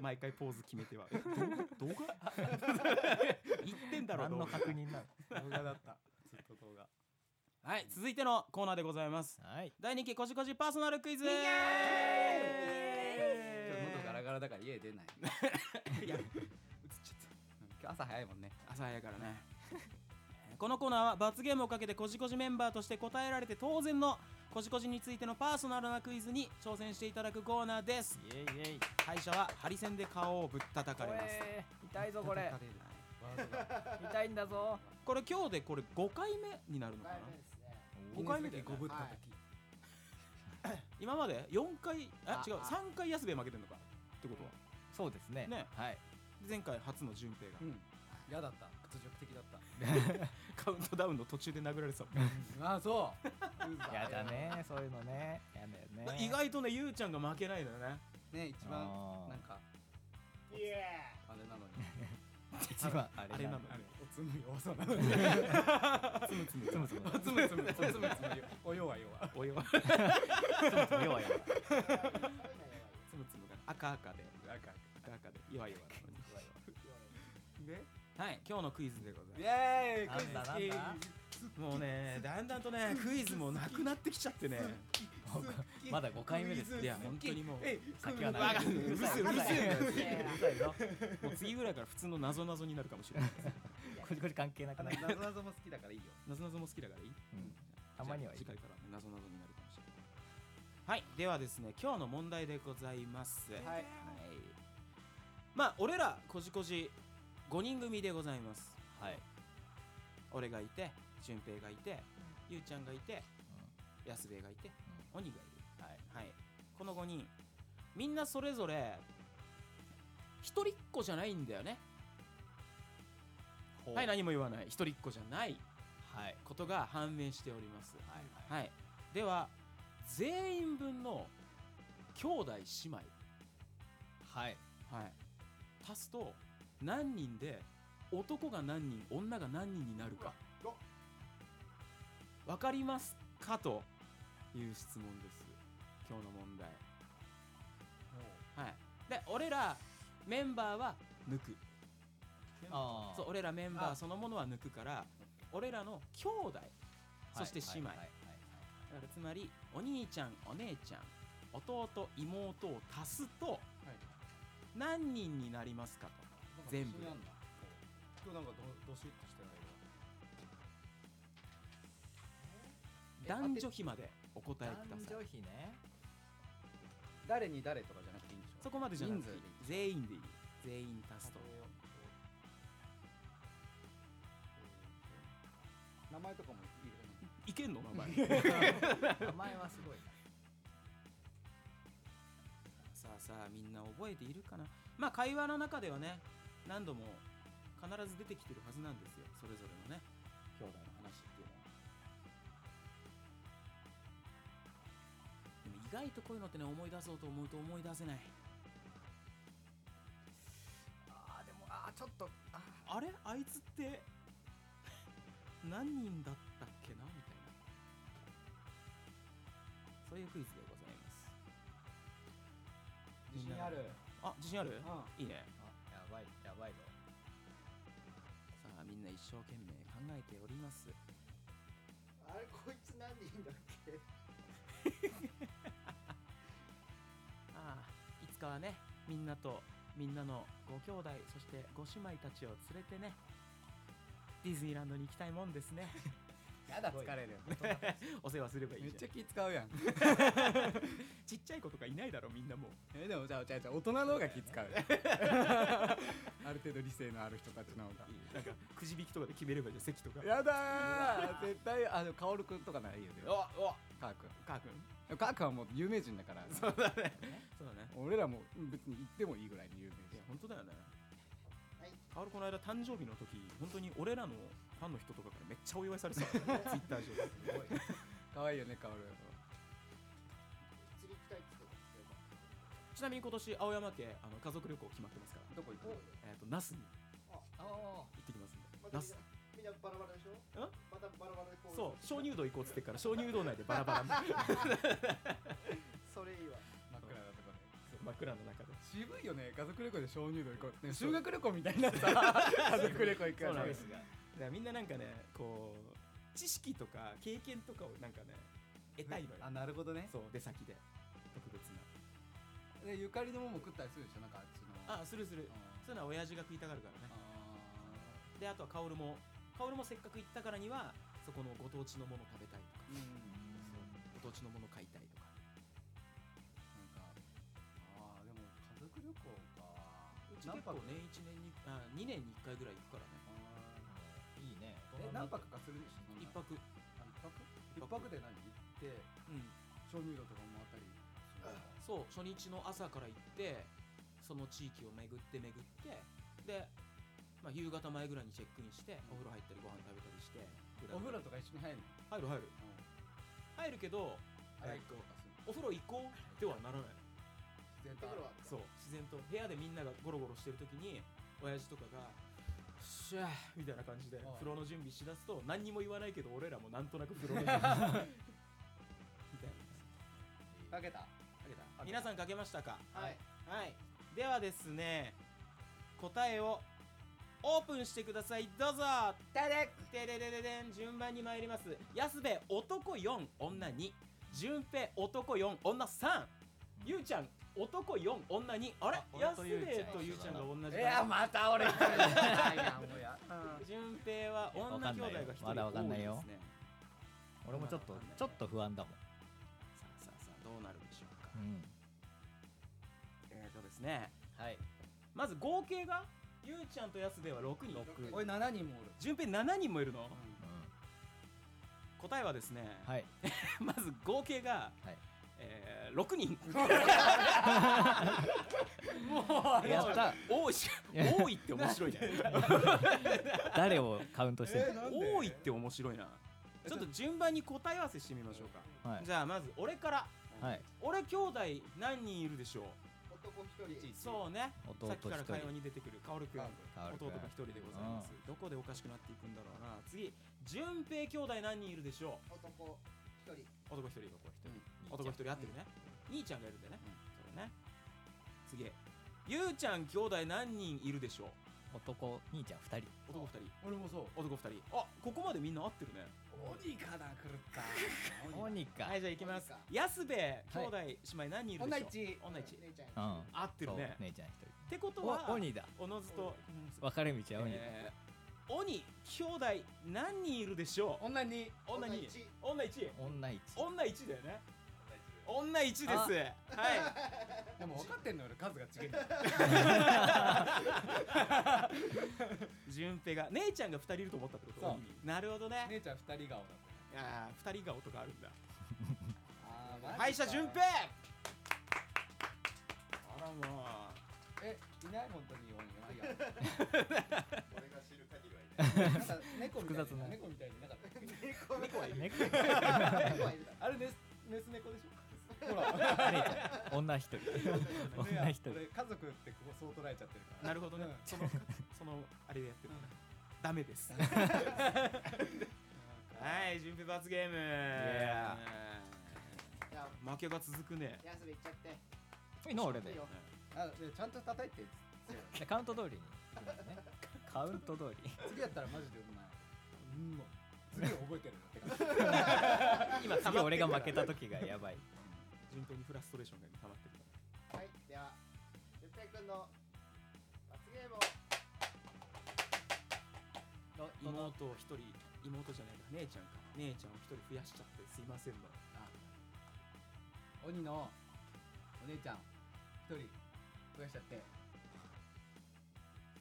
[SPEAKER 6] 毎回ポーズ決めては。動画動画言ってんだろ、
[SPEAKER 7] 何
[SPEAKER 6] 動
[SPEAKER 7] の確認な
[SPEAKER 4] 動
[SPEAKER 7] の
[SPEAKER 4] 画だったずっと動画
[SPEAKER 6] 画はい、続いてのコーナーでございます。
[SPEAKER 7] はい。
[SPEAKER 6] 第2期コジコジパーソナルクイズイエ
[SPEAKER 4] 今日喉ガラガラだから家出ない いや映っちゃった今日朝早いもんね
[SPEAKER 6] 朝早いからね このコーナーは罰ゲームをかけてコジコジメンバーとして答えられて当然のコジコジについてのパーソナルなクイズに挑戦していただくコーナーです
[SPEAKER 7] イエイイエイ。
[SPEAKER 6] 敗者はハリセンで顔をぶったたかれます
[SPEAKER 7] えー痛いぞこれ。痛いんだぞ。
[SPEAKER 6] これ今日でこれ5回目になるのかな
[SPEAKER 3] 回目ですね
[SPEAKER 6] 5回目で
[SPEAKER 4] ごぶった
[SPEAKER 3] はい
[SPEAKER 4] き
[SPEAKER 6] 今まで4回あ
[SPEAKER 3] あ
[SPEAKER 6] 違う
[SPEAKER 3] あ
[SPEAKER 6] 3回安部負けてんのかってことは
[SPEAKER 7] そうですね。
[SPEAKER 6] ね
[SPEAKER 7] はい。
[SPEAKER 6] 前回初の順平が
[SPEAKER 4] うん嫌だった屈辱的だった
[SPEAKER 6] カウントダウンの途中で殴られてたもん
[SPEAKER 4] ああそう
[SPEAKER 7] やだね、そういうのね。やだよね。
[SPEAKER 6] 意外とねゆうちゃんが負けないのよね
[SPEAKER 4] ね一番
[SPEAKER 7] あー
[SPEAKER 4] なんか
[SPEAKER 3] イエ
[SPEAKER 4] あれなのに
[SPEAKER 7] 一番あ
[SPEAKER 6] あ
[SPEAKER 7] れ
[SPEAKER 6] れな
[SPEAKER 7] な
[SPEAKER 6] の
[SPEAKER 7] の
[SPEAKER 6] よ。
[SPEAKER 2] おつむ弱そうな
[SPEAKER 7] つむつむつむつむ。
[SPEAKER 2] つむつむおつむつむお弱い弱
[SPEAKER 6] およ
[SPEAKER 7] 弱い弱い。
[SPEAKER 6] つむつむが赤赤で
[SPEAKER 2] い赤
[SPEAKER 6] 赤赤で弱い弱いではい今日のクイズでござい
[SPEAKER 4] イエーイ
[SPEAKER 7] な
[SPEAKER 4] クイ
[SPEAKER 7] んだなんだ。
[SPEAKER 6] ますもうねだんだんとねクイズもなくなってきちゃってね
[SPEAKER 7] まだ5回目です。
[SPEAKER 6] いや本当にもう
[SPEAKER 7] 先は
[SPEAKER 6] わか
[SPEAKER 7] 長い。
[SPEAKER 6] んない
[SPEAKER 7] るせえうるせえ。うるさいぞ。
[SPEAKER 6] もう次ぐらいから普通の謎謎になるかもしれない
[SPEAKER 7] これこれ関係なく
[SPEAKER 4] あの
[SPEAKER 7] ない。
[SPEAKER 4] なぞなぞも好きだからいいよ
[SPEAKER 6] 謎謎も好きだからいい
[SPEAKER 7] うんたまにはいい
[SPEAKER 6] 次。回から謎謎になるかもしれないはいではですね今日の問題でございます
[SPEAKER 3] ーイはい
[SPEAKER 6] はいまあ俺らこじこじ5人組でございます
[SPEAKER 7] はい。
[SPEAKER 6] 俺がいて俊平がいてゆうちゃんがいて安兵衛がいて
[SPEAKER 7] う
[SPEAKER 6] 鬼がいる
[SPEAKER 7] は
[SPEAKER 6] は
[SPEAKER 7] い。
[SPEAKER 6] いこの5人みんなそれぞれ一人っ子じゃないんだよねはい何も言わない一人っ子じゃない
[SPEAKER 7] はい。
[SPEAKER 6] ことが判明しております
[SPEAKER 7] はい。
[SPEAKER 6] はい、では全員分の兄弟姉妹、
[SPEAKER 7] はい。
[SPEAKER 6] はい、足すと何人で男が何人女が何人になるか
[SPEAKER 3] うわ
[SPEAKER 6] 分かりますかという質問です今日の問題はいで俺らメンバーは抜く
[SPEAKER 7] ああ。
[SPEAKER 6] そう俺らメンバー
[SPEAKER 4] あ
[SPEAKER 6] そのものは抜くから俺らの兄弟そして姉妹、
[SPEAKER 7] はいはい
[SPEAKER 6] だからつまりお兄ちゃんお姉ちゃん弟妹を足すと何人になりますかと全部
[SPEAKER 4] 気になんだ今日なんかどどしっとしてないよえ
[SPEAKER 6] 男女比までお答え
[SPEAKER 7] はいはい
[SPEAKER 6] くださ
[SPEAKER 7] 男
[SPEAKER 6] い
[SPEAKER 7] 女比ね。
[SPEAKER 4] 誰に誰とかじゃなくていいんでしょ
[SPEAKER 6] そこまでじゃなくていい
[SPEAKER 4] 人数
[SPEAKER 6] 全員でいい全員足すと
[SPEAKER 4] 名前とかもいるよ ね
[SPEAKER 6] いけんの名前
[SPEAKER 7] 名前はすごいな。
[SPEAKER 6] さあさあみんな覚えているかなまあ会話の中ではね何度も必ず出てきてるはずなんですよそれぞれのね兄弟の話っていうのはでも意外とこういうのってね思い出そうと思うと思い出せない
[SPEAKER 7] ああでもああちょっとあ
[SPEAKER 6] あれあいつって何人だったっけなみたいなそういうクイズでございます
[SPEAKER 5] 自信ある
[SPEAKER 6] あ自信ある
[SPEAKER 5] うん
[SPEAKER 6] いいね
[SPEAKER 2] あやばいやばいぞ
[SPEAKER 6] さあみんな一生懸命考えております
[SPEAKER 3] あれこいつ何人だっけ
[SPEAKER 6] ああいつかはねみんなとみんなのご兄弟そしてご姉妹たちを連れてねディズニーランドに行きたいもんですね
[SPEAKER 5] やだ疲れる
[SPEAKER 6] お世話すればいい
[SPEAKER 4] めっ
[SPEAKER 6] じゃん
[SPEAKER 4] ちゃ気使 うやん
[SPEAKER 6] ちっちゃい子とかいないだろみんなもう
[SPEAKER 4] えでもじゃあじゃあじゃあ大人の方が気 使うある程度理性のある人たちの方が
[SPEAKER 6] なんかくじ引きとかで決めればいいじゃん席とか
[SPEAKER 4] やだー絶対あのカオルくんとかならいいよね
[SPEAKER 6] おお
[SPEAKER 4] カーく
[SPEAKER 6] かーくん
[SPEAKER 4] んカーくんはもう有名人だから
[SPEAKER 6] そうだねそうだね
[SPEAKER 4] 俺らも別に行ってもいいぐらいの有名
[SPEAKER 6] いや本当だよね
[SPEAKER 3] はい
[SPEAKER 6] カオルこの間誕生日の時本当に俺らのファンの人とかからめっちゃお祝いさ れてたツイッター上で
[SPEAKER 4] 人かわいいよねカオル
[SPEAKER 3] 釣り行きたいっつってたんですよ
[SPEAKER 6] ちなみに今年青山家あの家族旅行決まってますから
[SPEAKER 4] どこ行く
[SPEAKER 6] えっ、と那須に
[SPEAKER 2] ああ
[SPEAKER 6] 行ってきますんで
[SPEAKER 3] ま
[SPEAKER 6] 那
[SPEAKER 3] たみん
[SPEAKER 6] 須
[SPEAKER 3] なみんなバラバラでしょ
[SPEAKER 6] ん
[SPEAKER 3] またバラバラでこう
[SPEAKER 6] そう鍾乳洞行こうっつってっから鍾乳洞内でバラバラに
[SPEAKER 3] それいいわ
[SPEAKER 4] 真っ暗なとこで
[SPEAKER 6] 真っ暗の中で
[SPEAKER 4] 渋いよね家族旅行で鍾乳洞行こう、ね、修学旅行みたい になった家族旅行行く
[SPEAKER 6] そう
[SPEAKER 4] やつ
[SPEAKER 6] なんですがだからみんななんかねこう知識とか経験とかをなんかね得たいのよ
[SPEAKER 5] あなるほどね
[SPEAKER 6] そう出先で特別な
[SPEAKER 4] でゆかりのもも食ったりするでしょなんかあっちの
[SPEAKER 6] あするする
[SPEAKER 4] うん
[SPEAKER 6] そういうのは親父が食いたがるからね
[SPEAKER 4] あ
[SPEAKER 6] であとは薫も薫もせっかく行ったからにはそこのご当地のもの食べたいとか
[SPEAKER 4] ーうん
[SPEAKER 6] ご当地のもの買いたいとか
[SPEAKER 4] なんかあーでも家族旅行か
[SPEAKER 6] うち結構ね1年にあ2年に1回ぐらい行くからね
[SPEAKER 2] いいね
[SPEAKER 5] え何泊かするんでしょ
[SPEAKER 6] 一泊う
[SPEAKER 5] あ一泊
[SPEAKER 6] 一
[SPEAKER 5] 一
[SPEAKER 6] 泊
[SPEAKER 5] 泊で何行って
[SPEAKER 6] ん
[SPEAKER 5] 鍾乳洞とかもあったり
[SPEAKER 6] そう初日の朝から行ってその地域を巡って巡ってで、まあ、夕方前ぐらいにチェックインしてお風呂入ったりご飯食べたりして
[SPEAKER 5] お風呂とか一緒に入るの
[SPEAKER 6] 入る入る入るけど
[SPEAKER 5] 洗
[SPEAKER 6] え
[SPEAKER 5] い
[SPEAKER 6] っ
[SPEAKER 5] と
[SPEAKER 6] と
[SPEAKER 5] かする
[SPEAKER 6] お風呂行こうではならない
[SPEAKER 5] 全
[SPEAKER 3] だから
[SPEAKER 6] そう自然と部屋でみんながゴロゴロしてる時に親父とかが「シャー」みたいな感じで
[SPEAKER 5] うん
[SPEAKER 6] 風呂の準備しだすと何にも言わないけど俺らもなんとなく風呂の準 備みたいな
[SPEAKER 5] かけた
[SPEAKER 6] 皆さんかけましたか
[SPEAKER 3] はい
[SPEAKER 6] はいではですね答えをオープンしてくださいどうぞ
[SPEAKER 3] 誰だ
[SPEAKER 6] てれれれれん順番に参ります安部男4女2順平男4女3ゆうちゃん男4女2あれ
[SPEAKER 2] あ俺
[SPEAKER 6] 安
[SPEAKER 2] と
[SPEAKER 6] 部
[SPEAKER 2] ゆうちゃん
[SPEAKER 6] とゆうちゃんが同じ
[SPEAKER 5] いや
[SPEAKER 6] だ
[SPEAKER 5] また俺一人でいやもうや
[SPEAKER 6] 順平は女兄弟が一人
[SPEAKER 2] わかんないよ
[SPEAKER 6] 多いですね
[SPEAKER 2] 俺もちょっとちょっと不安だもん
[SPEAKER 6] さあさあさあどうなるでしょうか
[SPEAKER 2] うん
[SPEAKER 6] えーとですね
[SPEAKER 2] はい
[SPEAKER 6] まず合計がゆうちゃんと安部は6人
[SPEAKER 5] おい7人もおる
[SPEAKER 6] 順平7人もいるの
[SPEAKER 2] う
[SPEAKER 6] 答えはですね、
[SPEAKER 2] んはい
[SPEAKER 6] まず合計が、
[SPEAKER 2] はい
[SPEAKER 6] えー、6人
[SPEAKER 2] やった
[SPEAKER 6] 多いし多いって面白 いね
[SPEAKER 2] 誰をカウントしてる
[SPEAKER 6] 多いって面白いなちょっと順番に答え合わせしてみましょうか、
[SPEAKER 2] はい
[SPEAKER 6] じゃあまず俺から
[SPEAKER 2] はい
[SPEAKER 6] 俺兄弟何人いるでしょう
[SPEAKER 3] 男一人
[SPEAKER 6] そうね
[SPEAKER 2] 弟
[SPEAKER 6] さっきから
[SPEAKER 2] 一人
[SPEAKER 6] 会話に出てくる薫君
[SPEAKER 2] 薫
[SPEAKER 6] 弟
[SPEAKER 2] 君
[SPEAKER 6] が一人でございますどこでおかしくなっていくんだろうな次順平兄弟何人いるでしょ
[SPEAKER 3] 男一人
[SPEAKER 6] う男一人男一人合ってるね、兄ちゃんがいるんだよね、そうだね次ゆうちゃん兄弟何人いるでしょ
[SPEAKER 2] 男兄ちゃん二人
[SPEAKER 6] う男二人
[SPEAKER 5] 俺もそう
[SPEAKER 6] 男二人あここまでみんな合ってるね
[SPEAKER 5] オニカだ狂った
[SPEAKER 2] モニカ
[SPEAKER 6] はいじゃあ行きます
[SPEAKER 3] いいか
[SPEAKER 6] 安部兄弟姉妹何人いるでしょう女一
[SPEAKER 3] 姉ちゃん
[SPEAKER 2] うん
[SPEAKER 6] 合って
[SPEAKER 2] そ
[SPEAKER 6] る
[SPEAKER 2] う
[SPEAKER 6] ね
[SPEAKER 2] 姉ちゃん一
[SPEAKER 6] ってこと
[SPEAKER 2] 人
[SPEAKER 6] は
[SPEAKER 2] お鬼だ
[SPEAKER 6] おのずと
[SPEAKER 2] 分かれ道は鬼だ
[SPEAKER 6] えー鬼兄弟何人いるでしょう
[SPEAKER 5] 女に
[SPEAKER 6] 女
[SPEAKER 3] 女
[SPEAKER 6] に
[SPEAKER 3] 一
[SPEAKER 6] 女一
[SPEAKER 2] 女一
[SPEAKER 6] 女一だよね女一ですはい
[SPEAKER 5] でも分かってんの俺数が違う
[SPEAKER 6] 順平が姉ちゃんが2人いると思ったってこと
[SPEAKER 5] そう
[SPEAKER 6] 鬼になるほどね
[SPEAKER 5] 姉ちゃん二人顔だっ
[SPEAKER 6] ああ2人顔とかあるんだ
[SPEAKER 5] たよ
[SPEAKER 6] 敗者順平あらも
[SPEAKER 5] えいない本当に鬼 が
[SPEAKER 10] 俺が知る限りはいな
[SPEAKER 5] なん
[SPEAKER 10] い。
[SPEAKER 5] か猫みたい
[SPEAKER 2] 複雑な
[SPEAKER 5] な猫みたいになかったっけ
[SPEAKER 3] 猫
[SPEAKER 6] う猫はいる
[SPEAKER 2] 人
[SPEAKER 3] 猫はいるだ
[SPEAKER 5] あれメスメス猫でしょほら
[SPEAKER 2] 女一人 女一人
[SPEAKER 5] 俺家族ってここそう捉えちゃってるから
[SPEAKER 6] なるほどね
[SPEAKER 5] うん
[SPEAKER 6] そのそのあれでやってる
[SPEAKER 1] ダメですはい順平罰ゲーム
[SPEAKER 2] や
[SPEAKER 3] いや
[SPEAKER 1] 負けが続くね
[SPEAKER 3] ヤスべ行っちゃって
[SPEAKER 2] いいの俺で
[SPEAKER 3] いいよ
[SPEAKER 4] あでちゃんと叩いて
[SPEAKER 2] でカウント通りに行きますねカウント通り
[SPEAKER 4] 次やったらマジでうまいうんま次覚えてるなって感じ
[SPEAKER 2] 今次俺が負けた時がやばい
[SPEAKER 1] 順平にフラストレーションが溜まってる
[SPEAKER 3] はいでは哲平君の罰ゲームを
[SPEAKER 1] 妹を一人妹じゃないか姉ちゃんか姉ちゃんを一人増やしちゃってすいませんだ
[SPEAKER 4] 鬼のお姉ちゃん一人増やしちゃって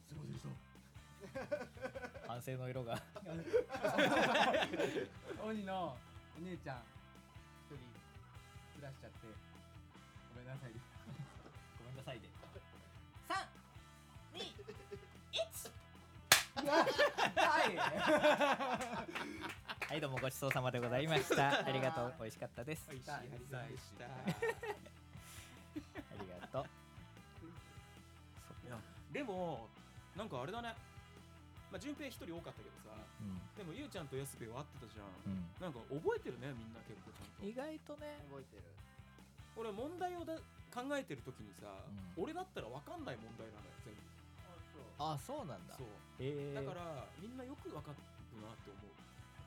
[SPEAKER 4] すいませんでした
[SPEAKER 2] 反省の色が
[SPEAKER 4] 鬼のお姉ちゃん一人ずらしちゃってごめんなさいね
[SPEAKER 2] ごめんなさいで
[SPEAKER 4] はい
[SPEAKER 2] はいどうもごちそうさまでございま したありがとう美味しかったです
[SPEAKER 1] 美味しい
[SPEAKER 4] 痛い
[SPEAKER 1] やりざいでした
[SPEAKER 2] ありがとう
[SPEAKER 1] でもなんかあれだねまあ順平一人多かったけどさ
[SPEAKER 2] う
[SPEAKER 1] でもゆうちゃんとやすべは合ってたじゃん
[SPEAKER 2] ん、うん
[SPEAKER 1] なんか覚えてるねみんな結構ちゃんと
[SPEAKER 2] 意外とね
[SPEAKER 3] 覚えてる
[SPEAKER 1] 俺問題をだ考えてる時にさ、
[SPEAKER 2] うん
[SPEAKER 1] 俺だったら分かんない問題なのよ全部
[SPEAKER 3] あそう
[SPEAKER 2] あそうなんだ
[SPEAKER 1] そう
[SPEAKER 2] え
[SPEAKER 1] だからみんなよく分かるなって思う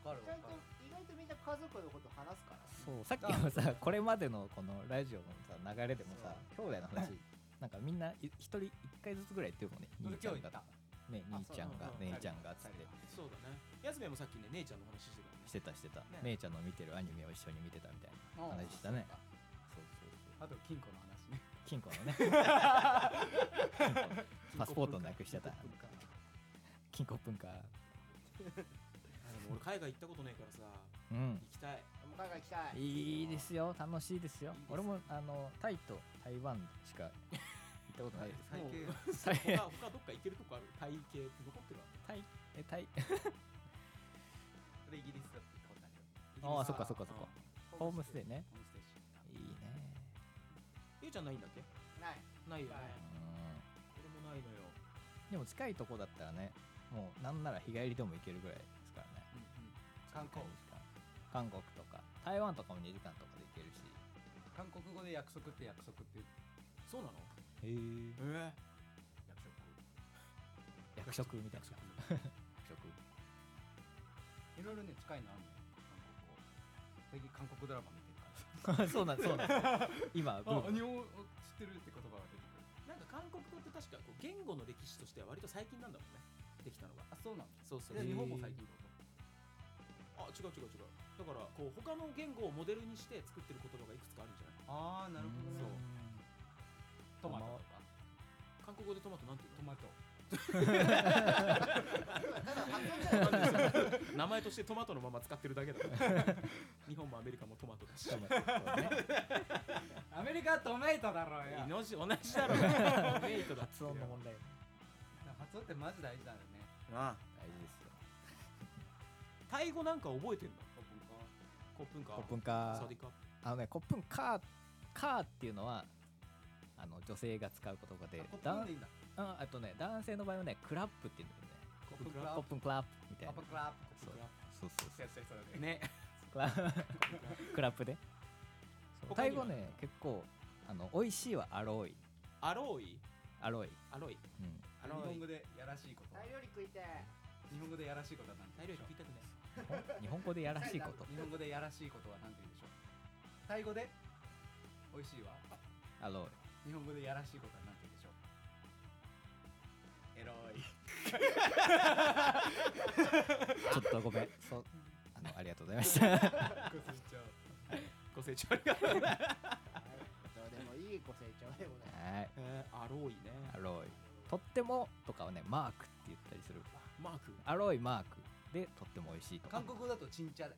[SPEAKER 4] わか
[SPEAKER 3] 意外と意外とみんな家族のこと話すから
[SPEAKER 2] そうさっきのさこれまでのこのラジオのさ流れでもさ兄弟の話なんかみんない一人一回ずつぐらい言ってるもんね兄ちゃんがね
[SPEAKER 3] あ
[SPEAKER 2] 兄ちゃんが
[SPEAKER 1] そう
[SPEAKER 2] 姉ちゃんがつって
[SPEAKER 1] そうだねやすべもさっきね姉ちゃんの話してたよね
[SPEAKER 2] してたしてた、姉ちゃんの見てるアニメを一緒に見てたみたいな話したねそうそうそう
[SPEAKER 4] あと金庫の話ね
[SPEAKER 2] 金庫のね金 庫パスポートなくしちゃった金庫分 か
[SPEAKER 1] あで も俺海外行ったことないからさ
[SPEAKER 2] うん
[SPEAKER 1] 行きたい
[SPEAKER 3] もう海外行きたい
[SPEAKER 2] いいですよ楽しいですよ
[SPEAKER 1] いいです
[SPEAKER 2] 俺もあのタイと台湾しか行ったことないです
[SPEAKER 4] 最近
[SPEAKER 2] 最
[SPEAKER 1] 他 他どっか行けるとこある体型って残ってるわ
[SPEAKER 2] タイえタイ
[SPEAKER 4] イギリスだって言ったことあるよ
[SPEAKER 2] ああそっかそっかそっかホームステイね
[SPEAKER 4] ホームステー
[SPEAKER 1] ゆうち
[SPEAKER 4] ション
[SPEAKER 2] いいね
[SPEAKER 1] ゃんないんだっけ
[SPEAKER 3] ない
[SPEAKER 1] ないよね
[SPEAKER 3] はい
[SPEAKER 2] うん
[SPEAKER 1] 俺もないのよ
[SPEAKER 2] でも近いとこだったらねもうなんなら日帰りでも行けるぐらいですからね
[SPEAKER 4] 韓国
[SPEAKER 2] 韓国とか台湾とかも2時間とかで行けるし
[SPEAKER 4] 韓国語で約束って約束って
[SPEAKER 1] そうなの
[SPEAKER 2] へえ
[SPEAKER 1] え
[SPEAKER 4] 約束
[SPEAKER 2] 役職みたいな役職
[SPEAKER 4] いろいろね近いのあるのよ韓国語最近韓国ドラマ見てるから
[SPEAKER 2] そうなんそうなんです今ブ
[SPEAKER 4] あ日
[SPEAKER 2] ーム
[SPEAKER 4] 本語知ってるって言葉が出てく
[SPEAKER 1] なん
[SPEAKER 4] る
[SPEAKER 1] か韓国語って確かこう言語の歴史としては割と最近なんだもんねできたのが
[SPEAKER 4] あそうなの
[SPEAKER 1] そうそう
[SPEAKER 4] で日
[SPEAKER 2] へー
[SPEAKER 4] 本も最近って
[SPEAKER 1] あ
[SPEAKER 4] こと
[SPEAKER 1] 違う違う違うだからこう他の言語をモデルにして作ってる言葉がいくつかあるんじゃない
[SPEAKER 4] ああなるほどねトマトとか
[SPEAKER 1] 韓国語でトマトなんていう
[SPEAKER 4] トマト
[SPEAKER 1] の名前としてトマトのまま使ってるだけだから日本もアメリカもトマトだし
[SPEAKER 2] そうトマトね
[SPEAKER 4] アメリカはトメイトだろうよ
[SPEAKER 1] 同じ同じだろうがメイトだ
[SPEAKER 2] 発音の問題
[SPEAKER 4] 発音ってマジ大事だよね
[SPEAKER 1] あ
[SPEAKER 2] 大事ですよ
[SPEAKER 1] タイ語なんか覚えてんのコップンカ
[SPEAKER 2] コップ
[SPEAKER 1] ン
[SPEAKER 2] ンカ
[SPEAKER 1] サ
[SPEAKER 2] ー
[SPEAKER 1] ディカ
[SPEAKER 2] あのねコップンカーカーっていうのはあの女性が使う言葉で
[SPEAKER 4] コップ
[SPEAKER 2] だ
[SPEAKER 4] ン
[SPEAKER 2] ん
[SPEAKER 4] でいいんだ
[SPEAKER 2] ああとね男性の場合はねクラップっていうんだよね
[SPEAKER 4] コップンクラ
[SPEAKER 2] コップンクラップみたい
[SPEAKER 4] パ
[SPEAKER 2] な
[SPEAKER 4] パクラ
[SPEAKER 2] そう
[SPEAKER 1] クラッ
[SPEAKER 2] そうそうそ
[SPEAKER 4] や
[SPEAKER 2] う
[SPEAKER 4] ったりそうだね
[SPEAKER 1] ね
[SPEAKER 2] クラクラップでそう
[SPEAKER 1] 他
[SPEAKER 2] タイ
[SPEAKER 1] には
[SPEAKER 2] 語ね結構あの美味しいはアロイ
[SPEAKER 1] アロイ
[SPEAKER 2] アロイ、
[SPEAKER 1] アロイ
[SPEAKER 2] うん、
[SPEAKER 1] ア
[SPEAKER 4] 日
[SPEAKER 1] ロ
[SPEAKER 4] 本
[SPEAKER 1] イ
[SPEAKER 4] 語でやらしいこと
[SPEAKER 3] タイ料理食いてえ
[SPEAKER 4] 日本語でやらしいことは何て
[SPEAKER 1] タイ
[SPEAKER 4] 言
[SPEAKER 1] 料
[SPEAKER 4] う
[SPEAKER 1] 理
[SPEAKER 4] で
[SPEAKER 1] 食
[SPEAKER 4] し
[SPEAKER 1] いたくない
[SPEAKER 2] ほん日本語でやらしいこと
[SPEAKER 4] ょ日本語でやらしいことは何て言うでしょうタイ語で美味しいわ
[SPEAKER 2] アロイ
[SPEAKER 4] 日本語でやらしいことは何て言うでしょうエロい
[SPEAKER 2] ちょっとごめんそうあのありがとうございました
[SPEAKER 1] ご清聴ありがとうございます
[SPEAKER 3] どうでもいいご成長でございま
[SPEAKER 2] はい
[SPEAKER 1] えーアロイね
[SPEAKER 2] アロイとってもとかはねマークって言ったりする
[SPEAKER 1] マーク
[SPEAKER 2] アロイマークでとっても美味しいとか
[SPEAKER 4] 韓国語だとチンチャだよ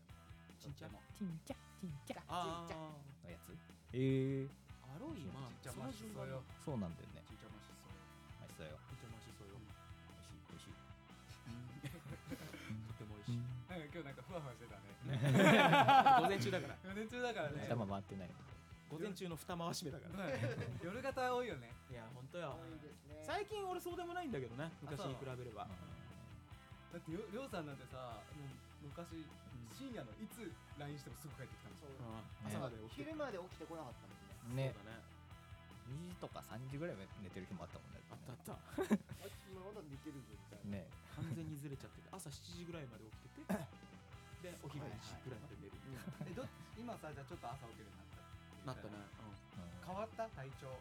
[SPEAKER 1] チンチャ
[SPEAKER 4] も
[SPEAKER 2] チンチャチンチャ
[SPEAKER 1] あ
[SPEAKER 3] ちっちゃ
[SPEAKER 1] ー
[SPEAKER 2] のやつええ
[SPEAKER 1] アロイマーク
[SPEAKER 4] チンチャ
[SPEAKER 1] そ
[SPEAKER 4] マ
[SPEAKER 1] の
[SPEAKER 4] シ
[SPEAKER 1] 順
[SPEAKER 4] ソ
[SPEAKER 1] 番
[SPEAKER 4] ヨ
[SPEAKER 1] よ
[SPEAKER 2] そうなんだよね
[SPEAKER 4] チンチャマシソヨ
[SPEAKER 2] 美味しそうよ
[SPEAKER 1] チンチャマシソヨ
[SPEAKER 2] 美味しい美味しい
[SPEAKER 1] とても美味しい
[SPEAKER 4] なんか今日なんかふわふわ
[SPEAKER 1] 午
[SPEAKER 4] してたね
[SPEAKER 1] 前中だから
[SPEAKER 4] 午前中だからね
[SPEAKER 2] 頭回ってない
[SPEAKER 1] 午前中の二回し目だから
[SPEAKER 4] うん夜型多いよね
[SPEAKER 1] いや本当よ
[SPEAKER 3] す多いですね
[SPEAKER 1] 最近俺そうでもないんだけどね昔に比べれば
[SPEAKER 2] う
[SPEAKER 4] だってりょりょうさんなんてさもう昔、深夜のいつ LINE してもすぐ帰ってきたんです
[SPEAKER 3] そ
[SPEAKER 4] よ
[SPEAKER 3] う
[SPEAKER 4] 朝ま
[SPEAKER 2] ね
[SPEAKER 4] で起きて
[SPEAKER 3] 昼まで起きてこなかったもんね
[SPEAKER 2] ね
[SPEAKER 1] そうだね
[SPEAKER 2] 2時とか3時ぐらいまで寝てる日もあったもんね
[SPEAKER 1] あったあった
[SPEAKER 3] あ今まだ寝てるぞみたいな、
[SPEAKER 2] ね
[SPEAKER 1] 完全にずれちゃ ってて朝7時ぐらいまで起きててでお昼1時ぐらいまで寝るみたい
[SPEAKER 4] えど今さじゃあちょっと朝起きるようになったっていう
[SPEAKER 1] ななったね、
[SPEAKER 4] 変わった体調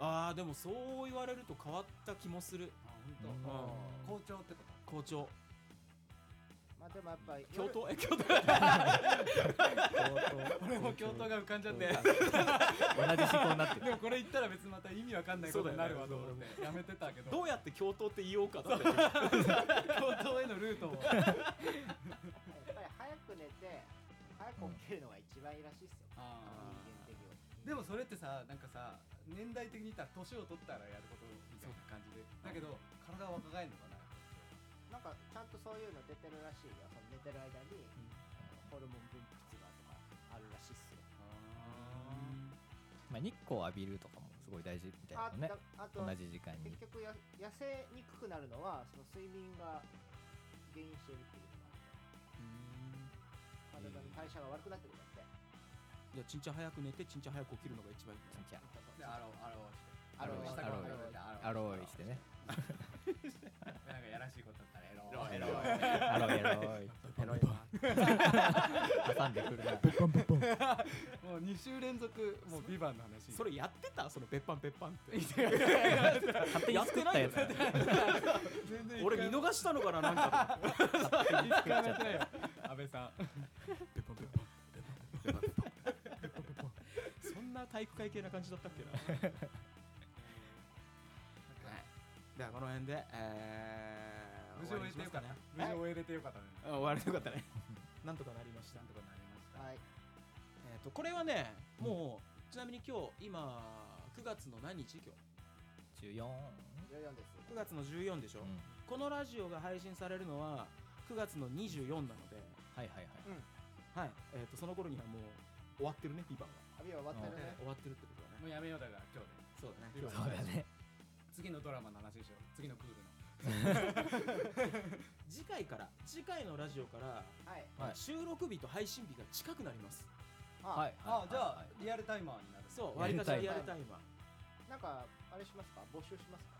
[SPEAKER 1] ああでもそう言われると変わった気もする
[SPEAKER 4] あ
[SPEAKER 2] うん
[SPEAKER 4] 本当好調ってこと
[SPEAKER 1] 校長
[SPEAKER 3] まあでもやっぱり
[SPEAKER 1] 教
[SPEAKER 3] 夜
[SPEAKER 1] 頭え教頭
[SPEAKER 4] 俺も教頭が浮かんじゃって
[SPEAKER 2] 同じ思考になってる
[SPEAKER 4] でもこれ言ったら別にまた意味わかんないことになるわと思ってやめてたけど
[SPEAKER 1] どうやって教頭って言おうかだって
[SPEAKER 4] 教頭へのルートを
[SPEAKER 3] やっぱり早く寝て早く起きるのが一番いいらしいっすよ、
[SPEAKER 4] あ
[SPEAKER 3] 人間的には
[SPEAKER 4] ーでもそれってさなんかさ年代的に言ったら年を取ったらやることみたいな感じでだけど体は若返るのかな
[SPEAKER 3] なんかちゃんとそういうの出てるらしいよその寝てる間に、ホルモン分泌がとかあるらしいっすよ
[SPEAKER 2] まあ日光浴びるとかもすごい大事みた
[SPEAKER 3] あ
[SPEAKER 2] いな
[SPEAKER 3] だ
[SPEAKER 2] ね
[SPEAKER 3] あと
[SPEAKER 2] 同じ時間に
[SPEAKER 3] 結局や痩せにくくなるのはその睡眠が原因しているっていうのがあるから体の代謝が悪くなってるんだって
[SPEAKER 1] いやちんちゃん早く寝てちんちゃん早く起きるのが一番いいんだ
[SPEAKER 2] ちんちゃん
[SPEAKER 4] でアローアローして
[SPEAKER 3] あの下か
[SPEAKER 2] アロ
[SPEAKER 3] ら
[SPEAKER 2] ー
[SPEAKER 3] あの
[SPEAKER 2] アローイしてね
[SPEAKER 4] なんかやらしいことだったらエロ
[SPEAKER 2] エローアローイエローイエロイ挟んでくるな
[SPEAKER 4] もう2週連続もうビバンの話
[SPEAKER 1] それやってたその別班別班って
[SPEAKER 2] 勝手に作ったやつだね
[SPEAKER 4] 全然
[SPEAKER 1] 俺見逃したのかななん か
[SPEAKER 4] 聞かれてないよ安倍さん
[SPEAKER 1] そんな体育会系な感じだったっけな はいではこの辺でえー
[SPEAKER 4] 無事
[SPEAKER 1] 終わ
[SPEAKER 4] 終
[SPEAKER 1] り
[SPEAKER 4] え
[SPEAKER 1] にしてま
[SPEAKER 4] よ
[SPEAKER 1] す
[SPEAKER 4] か
[SPEAKER 1] か
[SPEAKER 4] っ
[SPEAKER 1] ね
[SPEAKER 4] た無事終えれてよかったね
[SPEAKER 1] あ終わりでよかったねなんとかなりました
[SPEAKER 4] なんとかなりました
[SPEAKER 3] はい
[SPEAKER 1] えー、とこれはねもう、ちなみに今日今9月の何日今
[SPEAKER 2] 14
[SPEAKER 3] 14です
[SPEAKER 1] 日9月の14でしょ、
[SPEAKER 2] うん
[SPEAKER 1] このラジオが配信されるのは9月の24なので、
[SPEAKER 2] はいはいは
[SPEAKER 1] は
[SPEAKER 2] い
[SPEAKER 1] いえー、とその頃にはもう終わってるねビバンは、
[SPEAKER 3] アビは終わったよね
[SPEAKER 1] 終わってるってことだね
[SPEAKER 4] もうやめようだから今日で
[SPEAKER 1] そうだね
[SPEAKER 4] ビバン
[SPEAKER 2] そうだね
[SPEAKER 4] 次のドラマの話でしょ次のクールの
[SPEAKER 1] 次回から次回のラジオから、
[SPEAKER 3] はい
[SPEAKER 2] はい
[SPEAKER 1] 収録日と配信日が近くなります
[SPEAKER 3] あ
[SPEAKER 2] はい
[SPEAKER 4] あじゃあ
[SPEAKER 2] はい
[SPEAKER 4] リアルタイマーになる
[SPEAKER 1] そう
[SPEAKER 2] リア
[SPEAKER 1] 割
[SPEAKER 2] ル
[SPEAKER 1] かし
[SPEAKER 2] タイム
[SPEAKER 1] リアルタイマー
[SPEAKER 3] なんかあれしますか募集しますか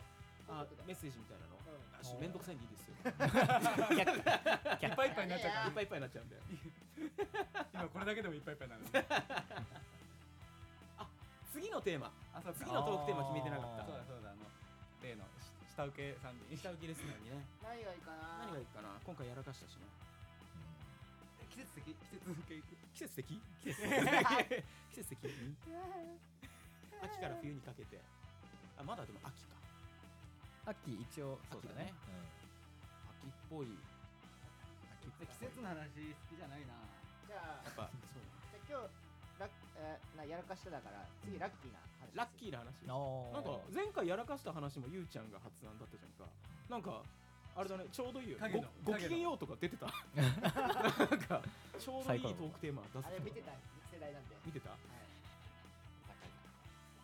[SPEAKER 1] あ
[SPEAKER 3] ということ
[SPEAKER 1] メ
[SPEAKER 3] で
[SPEAKER 1] ッセージみたいなの
[SPEAKER 3] うん
[SPEAKER 1] あしめんどくさいんでいいです よ
[SPEAKER 4] いっぱいいっぱいになっちゃう
[SPEAKER 1] いっぱいいっぱいになっちゃうんで
[SPEAKER 4] 今これだけでもいっぱいいっぱい になる
[SPEAKER 1] 次のテーマ
[SPEAKER 4] あそう
[SPEAKER 1] 次のトークテーマ決めてなかった
[SPEAKER 4] そうだそうだあの例のし下請けさんに
[SPEAKER 1] 下請けレスナーにね
[SPEAKER 3] 何がいいかな
[SPEAKER 1] 何がいいかな今回やらかしたしね
[SPEAKER 4] 季節的季節的
[SPEAKER 1] 季節的季節的季節 的 に秋から冬にかけてあまだでも秋か
[SPEAKER 2] 秋一応そうだね
[SPEAKER 1] 秋っぽい
[SPEAKER 4] 季節の話好きじゃないな
[SPEAKER 3] じゃあ
[SPEAKER 1] やっぱそう
[SPEAKER 3] じゃあ今日ラッ、えーなやらかしてだから次ラッキーな話
[SPEAKER 1] ラッキ
[SPEAKER 3] ー
[SPEAKER 1] ーな話
[SPEAKER 2] うんおー
[SPEAKER 1] なんか前回やらかした話もゆうちゃんが発案だったじゃんかなんかあれだねちょうどいいよ
[SPEAKER 4] 影の
[SPEAKER 1] ごごき
[SPEAKER 4] 影の
[SPEAKER 1] げんようとか出てたなんかちょうどいい
[SPEAKER 2] 最
[SPEAKER 1] ト
[SPEAKER 2] 高だ
[SPEAKER 1] ークテーマ出せ
[SPEAKER 3] あれ見てた世代なんで、
[SPEAKER 1] 見てた
[SPEAKER 3] はい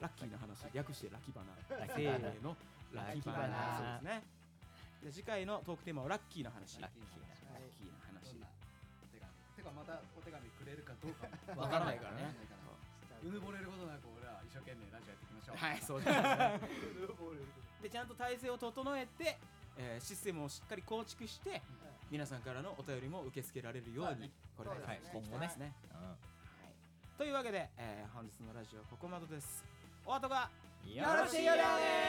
[SPEAKER 1] ラッキーな話略してラキバナ
[SPEAKER 2] ラキ
[SPEAKER 1] せ
[SPEAKER 2] バナ
[SPEAKER 1] ーのラキバナ
[SPEAKER 3] ラキバナ
[SPEAKER 1] そうですねじゃあ次回のトークテーマはラッキーな話
[SPEAKER 2] ラ
[SPEAKER 1] ラ
[SPEAKER 2] ッキー
[SPEAKER 3] はい
[SPEAKER 1] ッキーな
[SPEAKER 4] ど
[SPEAKER 1] 話
[SPEAKER 4] んな手紙てかまたお手紙くれるかど うかも
[SPEAKER 2] わからないからね
[SPEAKER 4] わう ぬぼれることなく俺は一生懸命ラジオやっていきましょう
[SPEAKER 1] はいそうですねでちゃんと体制を整えて、えーシステムをしっかり構築して、皆さんからのお便りも受け付けられるよ
[SPEAKER 3] そう
[SPEAKER 1] う
[SPEAKER 3] だ
[SPEAKER 1] に
[SPEAKER 3] ね
[SPEAKER 1] これ
[SPEAKER 3] そう
[SPEAKER 2] ですね
[SPEAKER 1] 今後ですねというわけで、えー本日のラジオはここまでですお後が
[SPEAKER 2] うん
[SPEAKER 1] よろしいようで